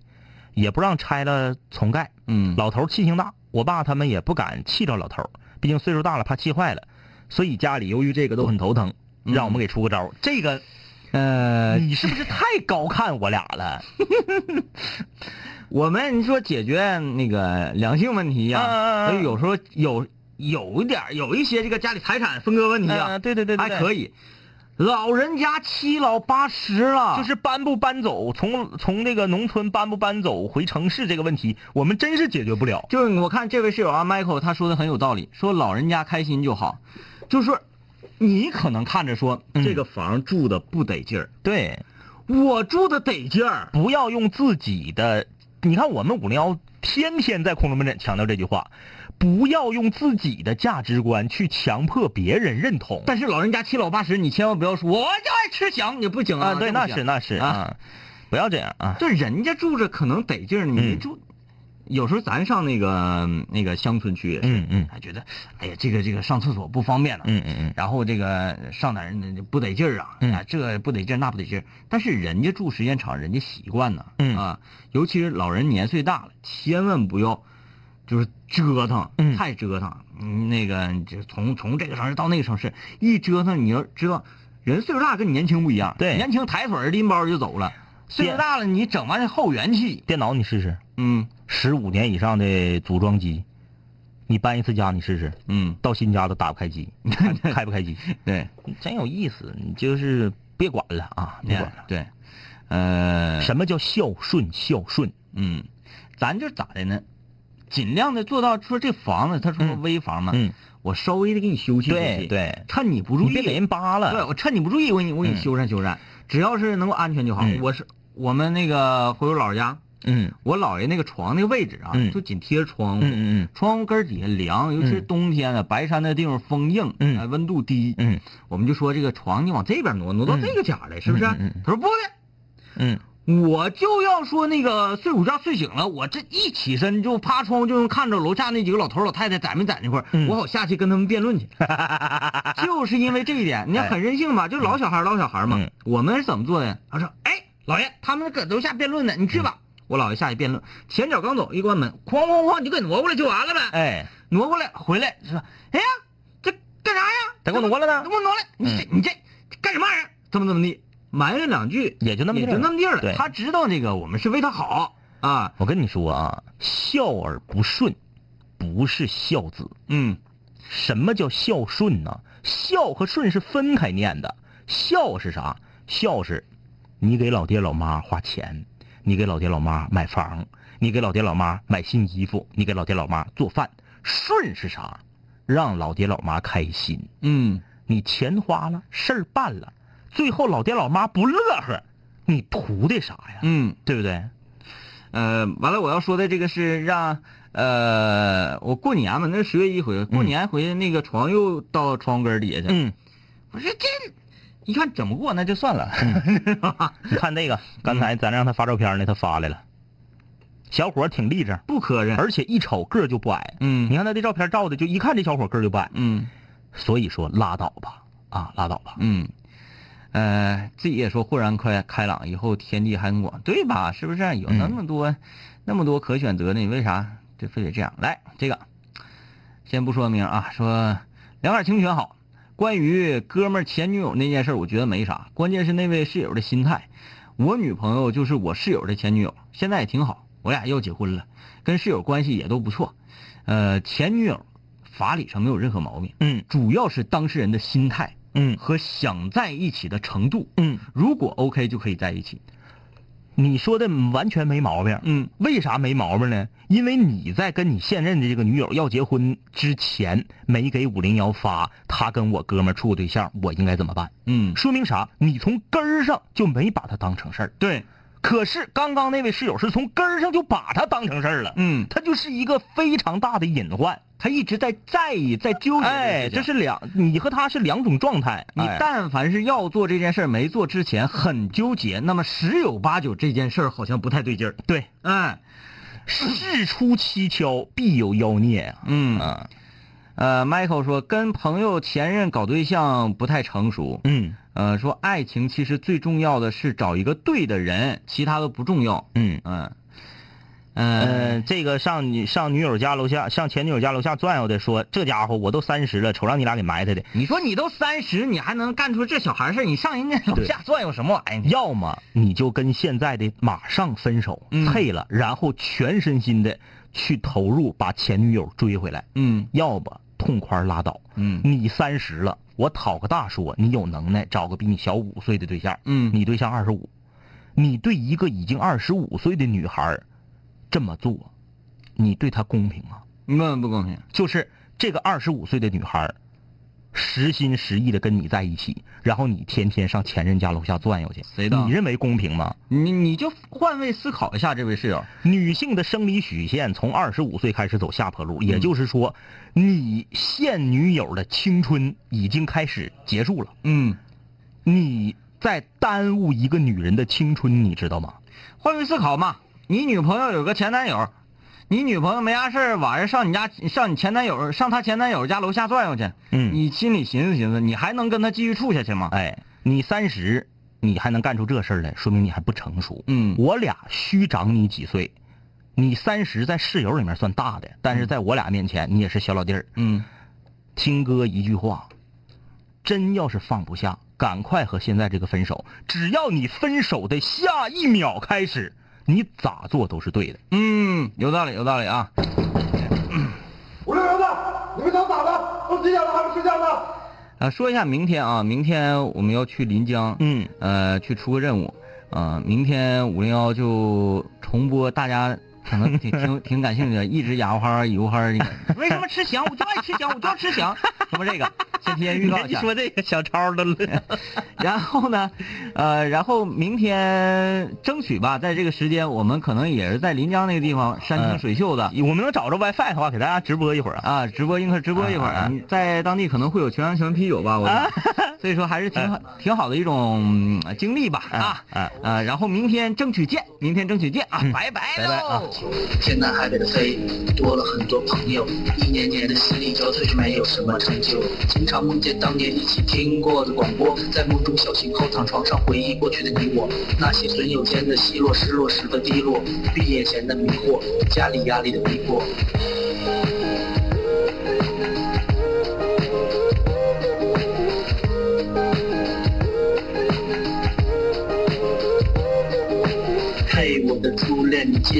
[SPEAKER 1] 也不让拆了重盖。
[SPEAKER 3] 嗯，
[SPEAKER 1] 老头气性大，我爸他们也不敢气着老头，毕竟岁数大了，怕气坏了。所以家里由于这个都很头疼，
[SPEAKER 3] 嗯
[SPEAKER 1] 让我们给出个招儿。这个
[SPEAKER 3] 呃，
[SPEAKER 1] 你是不是太高看我俩 了？
[SPEAKER 3] 我们你说解决那个两性问题呀、
[SPEAKER 1] 啊啊啊
[SPEAKER 3] 所以有时候有有一点儿有一些这个家里财产分割问题啊，
[SPEAKER 1] 嗯对对对对
[SPEAKER 3] 还
[SPEAKER 1] 对
[SPEAKER 3] 可以。老人家七老八十了，
[SPEAKER 1] 就是搬不搬走，从从那个农村搬不搬走回城市这个问题，我们真是解决不了。
[SPEAKER 3] 就是我看这位室友啊，Michael 他说的很有道理，说老人家开心就好，就是说你可能看着说、
[SPEAKER 1] 嗯
[SPEAKER 3] 这个房住的不得劲儿，
[SPEAKER 1] 对，
[SPEAKER 3] 我住的得劲儿，
[SPEAKER 1] 不要用自己的，你看我们五零幺天天在空中门诊强调这句话，不要用自己的价值观去强迫别人认同。
[SPEAKER 3] 但是老人家七老八十，你千万不要说我就爱吃翔，你不行
[SPEAKER 1] 啊，对，
[SPEAKER 3] 这不
[SPEAKER 1] 那
[SPEAKER 3] 行
[SPEAKER 1] 是那是
[SPEAKER 3] 啊
[SPEAKER 1] 啊，不要这样啊。
[SPEAKER 3] 这人家住着可能得劲儿，你没
[SPEAKER 1] 嗯
[SPEAKER 3] 住，有时候咱上那个嗯那个乡村区也是，
[SPEAKER 1] 嗯嗯
[SPEAKER 3] 还觉得，哎呀，这个这个上厕所不方便了，
[SPEAKER 1] 嗯嗯嗯，
[SPEAKER 3] 然后这个上哪儿呢不得劲儿啊，
[SPEAKER 1] 嗯
[SPEAKER 3] 啊这不得劲儿那不得劲儿，但是人家住时间长，人家习惯呢，
[SPEAKER 1] 嗯
[SPEAKER 3] 啊，尤其是老人年岁大了，千万不要。就是折腾，
[SPEAKER 1] 嗯
[SPEAKER 3] 太折腾。嗯那个，你就从从这个城市到那个城市，一折腾，你要知道，人岁数大跟年轻不一样。
[SPEAKER 1] 对
[SPEAKER 3] 年轻抬腿儿拎包就走了，岁数大了你整完后元气。
[SPEAKER 1] 电脑你试试，
[SPEAKER 3] 嗯
[SPEAKER 1] 十五年以上的组装机，你搬一次家你试试，
[SPEAKER 3] 嗯，
[SPEAKER 1] 到新家都打不开机， 开开不开机，
[SPEAKER 3] 对，
[SPEAKER 1] 真有意思。你就是别管了啊，别管了。
[SPEAKER 3] 对，呃，
[SPEAKER 1] 什么叫孝顺？孝顺，
[SPEAKER 3] 嗯，咱就咋的呢？尽量的做到说这房子，他说
[SPEAKER 1] 嗯
[SPEAKER 3] 危房嘛，
[SPEAKER 1] 嗯，
[SPEAKER 3] 我稍微的给你修葺修
[SPEAKER 1] 对
[SPEAKER 3] 葺，
[SPEAKER 1] 对，
[SPEAKER 3] 趁你不注
[SPEAKER 1] 你
[SPEAKER 3] 意，
[SPEAKER 1] 别给人扒
[SPEAKER 3] 对
[SPEAKER 1] 了。
[SPEAKER 3] 我趁你不注意，我给你我给你
[SPEAKER 1] 嗯
[SPEAKER 3] 修缮修缮，只要是能够安全就好。
[SPEAKER 1] 嗯
[SPEAKER 3] 我是我们那个回我姥家，
[SPEAKER 1] 嗯
[SPEAKER 3] 我姥爷那个床那个位置啊，
[SPEAKER 1] 嗯
[SPEAKER 3] 就紧贴着窗户，
[SPEAKER 1] 嗯嗯
[SPEAKER 3] 窗户根儿底下凉，尤其是
[SPEAKER 1] 嗯
[SPEAKER 3] 冬天啊，白山那地方风硬，
[SPEAKER 1] 嗯
[SPEAKER 3] 哎温度低，
[SPEAKER 1] 嗯
[SPEAKER 3] 我们就说这个床你往这边挪，挪到
[SPEAKER 1] 嗯
[SPEAKER 3] 这个角来，是不是？
[SPEAKER 1] 嗯嗯嗯
[SPEAKER 3] 他说不
[SPEAKER 1] 嗯
[SPEAKER 3] 的，我就要说那个睡午觉睡醒了，我这一起身就趴窗户就能看着楼下那几个老头老太太在没在那块儿，
[SPEAKER 1] 嗯
[SPEAKER 3] 我好下去跟他们辩 论去。就是因为这一点，你要很任性嘛，就老小孩儿老小孩儿嘛。
[SPEAKER 1] 哎嗯
[SPEAKER 3] 我们是怎么做的？他说：“哎，老爷，他们搁楼下辩论呢，你去
[SPEAKER 1] 嗯
[SPEAKER 3] 吧。我姥爷下去辩论，前脚刚走，一关门，哐哐哐，你就给挪过来就完了呗。
[SPEAKER 1] 哎，
[SPEAKER 3] 挪过来回来说，哎呀，这干啥呀？
[SPEAKER 1] 咋给我挪了嗯呢
[SPEAKER 3] 怎么挪了？你这、你这干什么玩意儿？怎么怎么地？埋怨两句，
[SPEAKER 1] 也就那么地儿
[SPEAKER 3] 也就那么地儿
[SPEAKER 1] 对
[SPEAKER 3] 了。他知道这个，我们是为他好啊。
[SPEAKER 1] 我跟你说啊，孝而不顺，不是孝子。
[SPEAKER 3] 嗯，
[SPEAKER 1] 什么叫孝顺呢？孝和顺是分开念的。孝是啥？孝是，你给老爹老妈花钱，你给老爹老妈买房，你给老爹老妈买新衣服，你给老爹老妈做饭。顺是啥？让老爹老妈开心。
[SPEAKER 3] 嗯，
[SPEAKER 1] 你钱花了，事儿办了，最后老爹老妈不乐呵，你图的啥呀？
[SPEAKER 3] 嗯，
[SPEAKER 1] 对不对？
[SPEAKER 3] 呃，完了，我要说的这个是让呃，我过年嘛，那是十月一回，过年回去那个床又到床根儿底下去，
[SPEAKER 1] 嗯，
[SPEAKER 3] 我说这一看整不过，那就算了。
[SPEAKER 1] 你看这
[SPEAKER 3] 嗯
[SPEAKER 1] 个，刚才咱让他发照片呢，他发来了。小伙儿挺立正，
[SPEAKER 3] 不磕碜。
[SPEAKER 1] 而且一瞅个儿就不矮。
[SPEAKER 3] 嗯
[SPEAKER 1] 你看他这照片照的，就一看这小伙儿个儿就不矮。
[SPEAKER 3] 嗯
[SPEAKER 1] 所以说拉倒吧，啊，拉倒吧。
[SPEAKER 3] 嗯，呃，自己也说豁然开开朗，以后天地还广，对吧？是不是有那么多、那么多可选择呢？你为啥就非得这样？来，这个先不说明啊，说两杆清泉好。关于哥们儿前女友那件事儿，我觉得没啥，关键是那位室友的心态。我女朋友就是我室友的前女友，现在也挺好，我俩要结婚了，跟室友关系也都不错。呃，前女友法理上没有任何毛病，
[SPEAKER 1] 嗯
[SPEAKER 3] 主要是当事人的心态，
[SPEAKER 1] 嗯
[SPEAKER 3] 和想在一起的程度。
[SPEAKER 1] 嗯，
[SPEAKER 3] 如果 OK 就可以在一起。
[SPEAKER 1] 你说的完全没毛病。
[SPEAKER 3] 嗯
[SPEAKER 1] 为啥没毛病呢？因为你在跟你现任的这个女友要结婚之前，没给五零幺发他跟我哥们儿处对象，我应该怎么办？
[SPEAKER 3] 嗯，
[SPEAKER 1] 说明啥？你从根儿上就没把他当成事儿。
[SPEAKER 3] 对，
[SPEAKER 1] 可是刚刚那位室友是从根儿上就把他当成事儿了，
[SPEAKER 3] 嗯，
[SPEAKER 1] 他就是一个非常大的隐患。
[SPEAKER 3] 他一直在在意，在纠结。
[SPEAKER 1] 哎，这
[SPEAKER 3] 这是
[SPEAKER 1] 是两，你和他是两种状态。
[SPEAKER 3] 你
[SPEAKER 1] 哎
[SPEAKER 3] 但凡是要做这件事儿没做之前很纠结，那么十有八九这件事儿好像不太对劲儿。
[SPEAKER 1] 对
[SPEAKER 3] 哎，
[SPEAKER 1] 事出蹊跷，必有妖孽啊！
[SPEAKER 3] 嗯
[SPEAKER 1] 啊
[SPEAKER 3] 呃，Michael 说跟朋友前任搞对象不太成熟。
[SPEAKER 1] 嗯
[SPEAKER 3] 呃，说爱情其实最重要的是找一个对的人，其他的不重要。
[SPEAKER 1] 嗯
[SPEAKER 3] 嗯，
[SPEAKER 1] 嗯、
[SPEAKER 3] 呃，
[SPEAKER 1] 这个上女上女友家楼下，上前女友家楼下转悠的说，这家伙我都三十了，瞅让你俩给埋汰的。
[SPEAKER 3] 你说你都三十，你还能干出这小孩事儿？你上人家楼下转悠什么玩意儿？
[SPEAKER 1] 要么你就跟现在的马上分手，
[SPEAKER 3] 嗯
[SPEAKER 1] 配了，然后全身心的去投入把前女友追回来；
[SPEAKER 3] 嗯
[SPEAKER 1] 要不痛快拉倒。
[SPEAKER 3] 嗯
[SPEAKER 1] 你三十了，我讨个大说，你有能耐找个比你小五岁的对象，
[SPEAKER 3] 嗯
[SPEAKER 1] 你对象二十五，你对一个已经二十五岁的女孩儿这么做，你对她公平吗？
[SPEAKER 3] 你问问不公平。
[SPEAKER 1] 就是这个二十五岁的女孩儿，实心实意的跟你在一起，然后你天天上前任家楼下转悠去，
[SPEAKER 3] 谁的
[SPEAKER 1] 你认为公平吗？
[SPEAKER 3] 你你就换位思考一下，这位室友。
[SPEAKER 1] 女性的生理曲线从二十五岁开始走下坡路，也就是说，你现女友的青春已经开始结束了。
[SPEAKER 3] 嗯，
[SPEAKER 1] 你在耽误一个女人的青春，你知道吗？
[SPEAKER 3] 换位思考嘛。你女朋友有个前男友，你女朋友没啥事儿晚上上你家上你前男友上她前男友家楼下转悠去，
[SPEAKER 1] 嗯
[SPEAKER 3] 你心里寻思寻思，你还能跟他继续处下去吗？
[SPEAKER 1] 哎，你三十，你还能干出这事儿来，说明你还不成熟。
[SPEAKER 3] 嗯
[SPEAKER 1] 我俩虚长你几岁，你三十在室友里面算大的，但是在我俩面前，你也是小老弟儿。
[SPEAKER 3] 嗯
[SPEAKER 1] 听哥一句话，真要是放不下，赶快和现在这个分手。只要你分手的下一秒开始，你咋做都是对的。
[SPEAKER 3] 嗯，有道理有道理啊。
[SPEAKER 5] 五六零的，你们想咋的？都几点了还不睡觉呢？
[SPEAKER 3] 啊，说一下明天啊，明天我们要去临江，
[SPEAKER 1] 嗯，
[SPEAKER 3] 呃，去出个任务，啊，明天五零幺就重播，大家可能 挺挺挺感兴趣的，一直牙花儿油花儿， 为什么吃翔？我就爱吃翔，我就要吃翔， 什么这个，先提前预告一下。
[SPEAKER 1] 这个嗯小超的了。
[SPEAKER 3] 然后呢，呃，然后明天争取吧，在这个时间，我们可能也是在临江那个地方山清
[SPEAKER 1] 嗯
[SPEAKER 3] 水秀的。
[SPEAKER 1] 我们能找着 WiFi 的话，给大家直播一会儿啊。
[SPEAKER 3] 啊，直播应该直播一会儿，
[SPEAKER 1] 啊啊啊
[SPEAKER 3] 嗯在当地可能会有全羊全啤酒吧，我觉得，所以说还是挺好挺好的一种嗯经历吧啊
[SPEAKER 1] 啊
[SPEAKER 3] 啊，然后明天争取见，明天争取见 啊，拜拜
[SPEAKER 1] 拜拜啊
[SPEAKER 3] 喽。
[SPEAKER 6] 天南海北的飞，多了很多朋友，一年年的心力交瘁却没有什么成就。经常梦见当年一起听过的广播，在梦中小醒后躺床上回忆过去的你我，那些损友间的奚落，失落时的低落，毕业前的迷惑，家里压力的逼迫。嘿，我的初恋，你记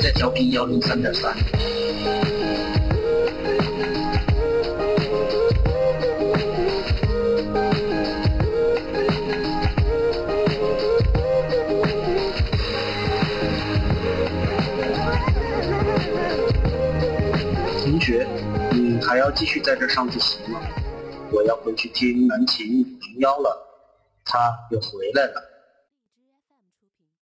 [SPEAKER 6] 在调频幺零三点三。同学，你嗯还要继续在这上自习吗？我要回去听南琴零幺了，他又回来了。